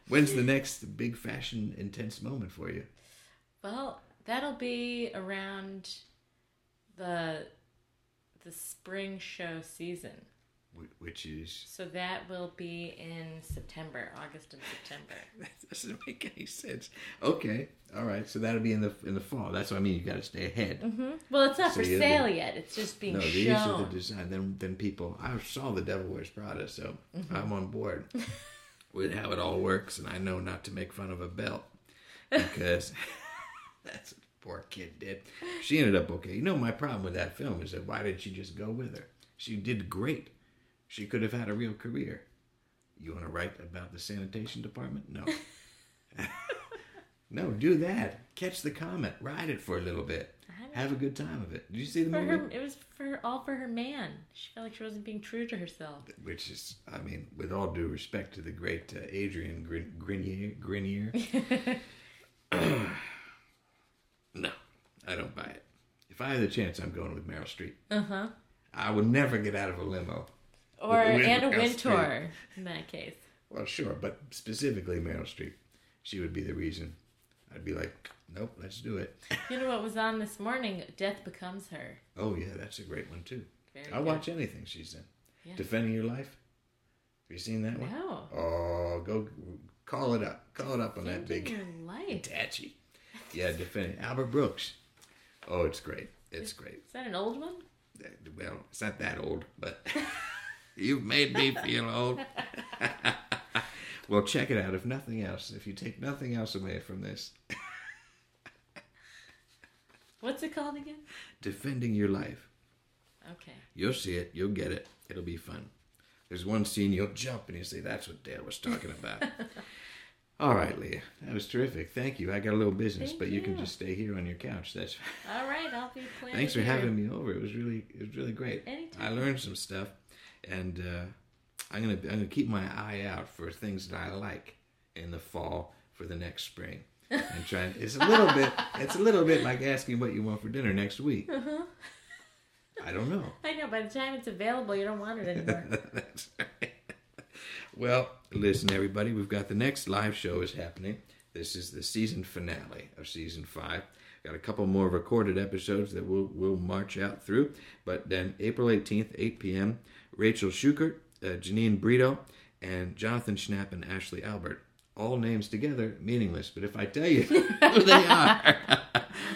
S1: When's the next big fashion intense moment for you?
S2: Well, that'll be around the the spring show season.
S1: Wh- Which is
S2: So that will be in September, August and September.
S1: that doesn't make any sense. Okay, all right. So that'll be in the in the fall. That's what I mean. You got to stay ahead.
S2: Well, it's not
S1: So
S2: for
S1: you're the-
S2: sale yet. It's just being
S1: No, these are the
S2: shown.
S1: design. Then, then people. I saw the Devil Wears Prada, so
S2: Mm-hmm.
S1: I'm on board with how it all works, and I know not to make fun of a belt because that's what the poor kid did. She ended up okay. You know, my problem with that film is that why did she just go with her? She did great. She could have had a real career. You want to write about the sanitation department? No. no, do that. Catch the comet. Ride it for a little bit.
S2: haven't-
S1: Have a good time of it. Did you see the
S2: For
S1: movie?
S2: her, it was for all for her man. She felt like she wasn't being true to herself.
S1: which is, I mean, with all due respect to the great uh, Adrian Grin- Grenier, Grenier. no, I don't buy it. If I had the chance, I'm going with Meryl Streep.
S2: Uh huh.
S1: I would never get out of a limo.
S2: Or
S1: With- with
S2: Anna
S1: Meryl Streep.
S2: Wintour in that case.
S1: Well, sure, but specifically Meryl Streep. She would be the reason. I'd be like, nope, let's do it.
S2: You know what was on this morning? Death Becomes Her.
S1: Oh, yeah, that's a great one, too.
S2: Very
S1: I'll
S2: good.
S1: watch anything she's in.
S2: Yeah.
S1: Defending Your Life? Have you seen that one?
S2: No.
S1: Oh, go call it up. Call it up on Oh, that
S2: Ending
S1: big.
S2: your life.
S1: Tatchy. Yeah, defending Albert Brooks. Oh, it's great. It's great.
S2: Is that an old one?
S1: That- Well, it's not that old, but you've made me feel old. well, check it out. If nothing else, if you take nothing else away from this,
S2: What's it called again?
S1: defending your life,
S2: Okay.
S1: you'll see it. You'll get it. It'll be fun. There's one scene you'll jump and you say, "That's what Dale was talking about." All right, Leah, that was terrific. Thank you. I got a little business,
S2: Thank
S1: but you can
S2: you.
S1: just stay here on your couch. That's
S2: All right, I'll be planning.
S1: Thanks for
S2: here.
S1: having me over. It was really it was really great.
S2: Anytime.
S1: I learned some stuff, and uh, I'm gonna I'm gonna keep my eye out for things that I like in the fall for the next spring. And try. It's a little bit. It's a little bit like asking what you want for dinner next week.
S2: Uh-huh.
S1: I don't know.
S2: I know, by the time it's available, you don't want it anymore.
S1: That's right. Well, listen, everybody, we've got the next live show is happening. This is the season finale of season five. Got a couple more recorded episodes that we'll, we'll march out through. But then April 18th, 8 p.m., Rachel Schukert, uh, Janine Brito, and Jonathan Schnapp and Ashley Albert. All names together, meaningless. But if I tell you who they are,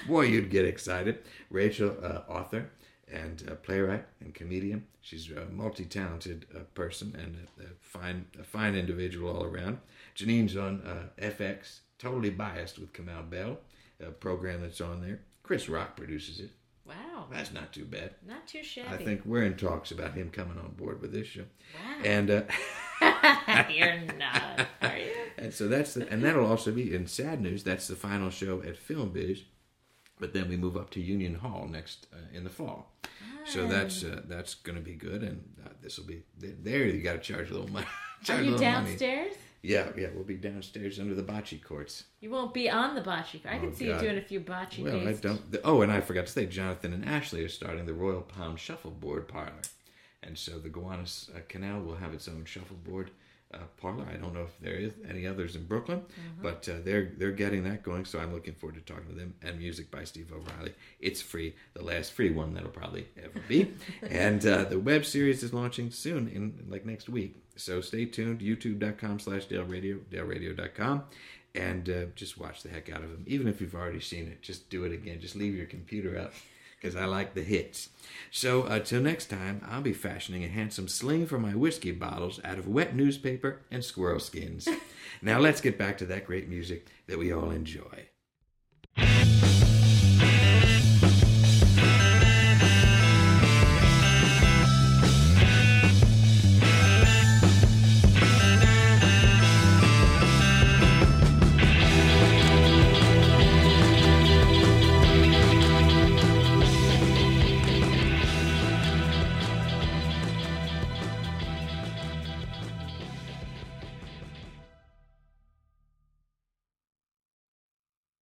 S1: boy, you'd get excited. Rachel, uh, author, and uh, playwright and comedian. She's a multi-talented uh, person and a, a fine, a fine individual all around. Janine's on uh, FX, totally biased with Kamal Bell, a program that's on there. Chris Rock produces it.
S2: Wow.
S1: That's not too bad.
S2: Not too
S1: I
S2: shabby.
S1: think we're in talks about him coming on board with this show.
S2: Wow.
S1: And uh,
S2: You're not, are you?
S1: and so that's the, and that'll also be in sad news. That's the final show at Film Biz, but then we move up to Union Hall next uh, in the fall.
S2: Ah.
S1: So that's uh, that's going to be good, and uh, this will be th- there. You got to charge a little money. charge
S2: Are
S1: a
S2: you
S1: little money.
S2: downstairs?
S1: Yeah, yeah, we'll be downstairs under the bocce courts.
S2: You won't be on the bocce. I
S1: Oh,
S2: can see
S1: God.
S2: you doing a few bocce
S1: Well, I
S2: days.
S1: don't. The, oh, and I forgot to say, Jonathan and Ashley are starting the Royal Palm Shuffleboard Parlor, and so the Gowanus uh, Canal will have its own shuffleboard uh, parlor. I don't know if there is any others in Brooklyn, but uh, they're they're getting that going. So I'm looking forward to talking to them. And music by Steve O'Reilly. It's free, the last free one that'll probably ever be. and uh, the web series is launching soon, in like next week. So stay tuned. YouTube.com/slash Dale Radio, DaleRadio.com and uh, just watch the heck out of them. Even if you've already seen it, just do it again. Just leave your computer up because I like the hits. So, uh, till next time, I'll be fashioning a handsome sling for my whiskey bottles out of wet newspaper and squirrel skins. now, let's get back to that great music that we all enjoy.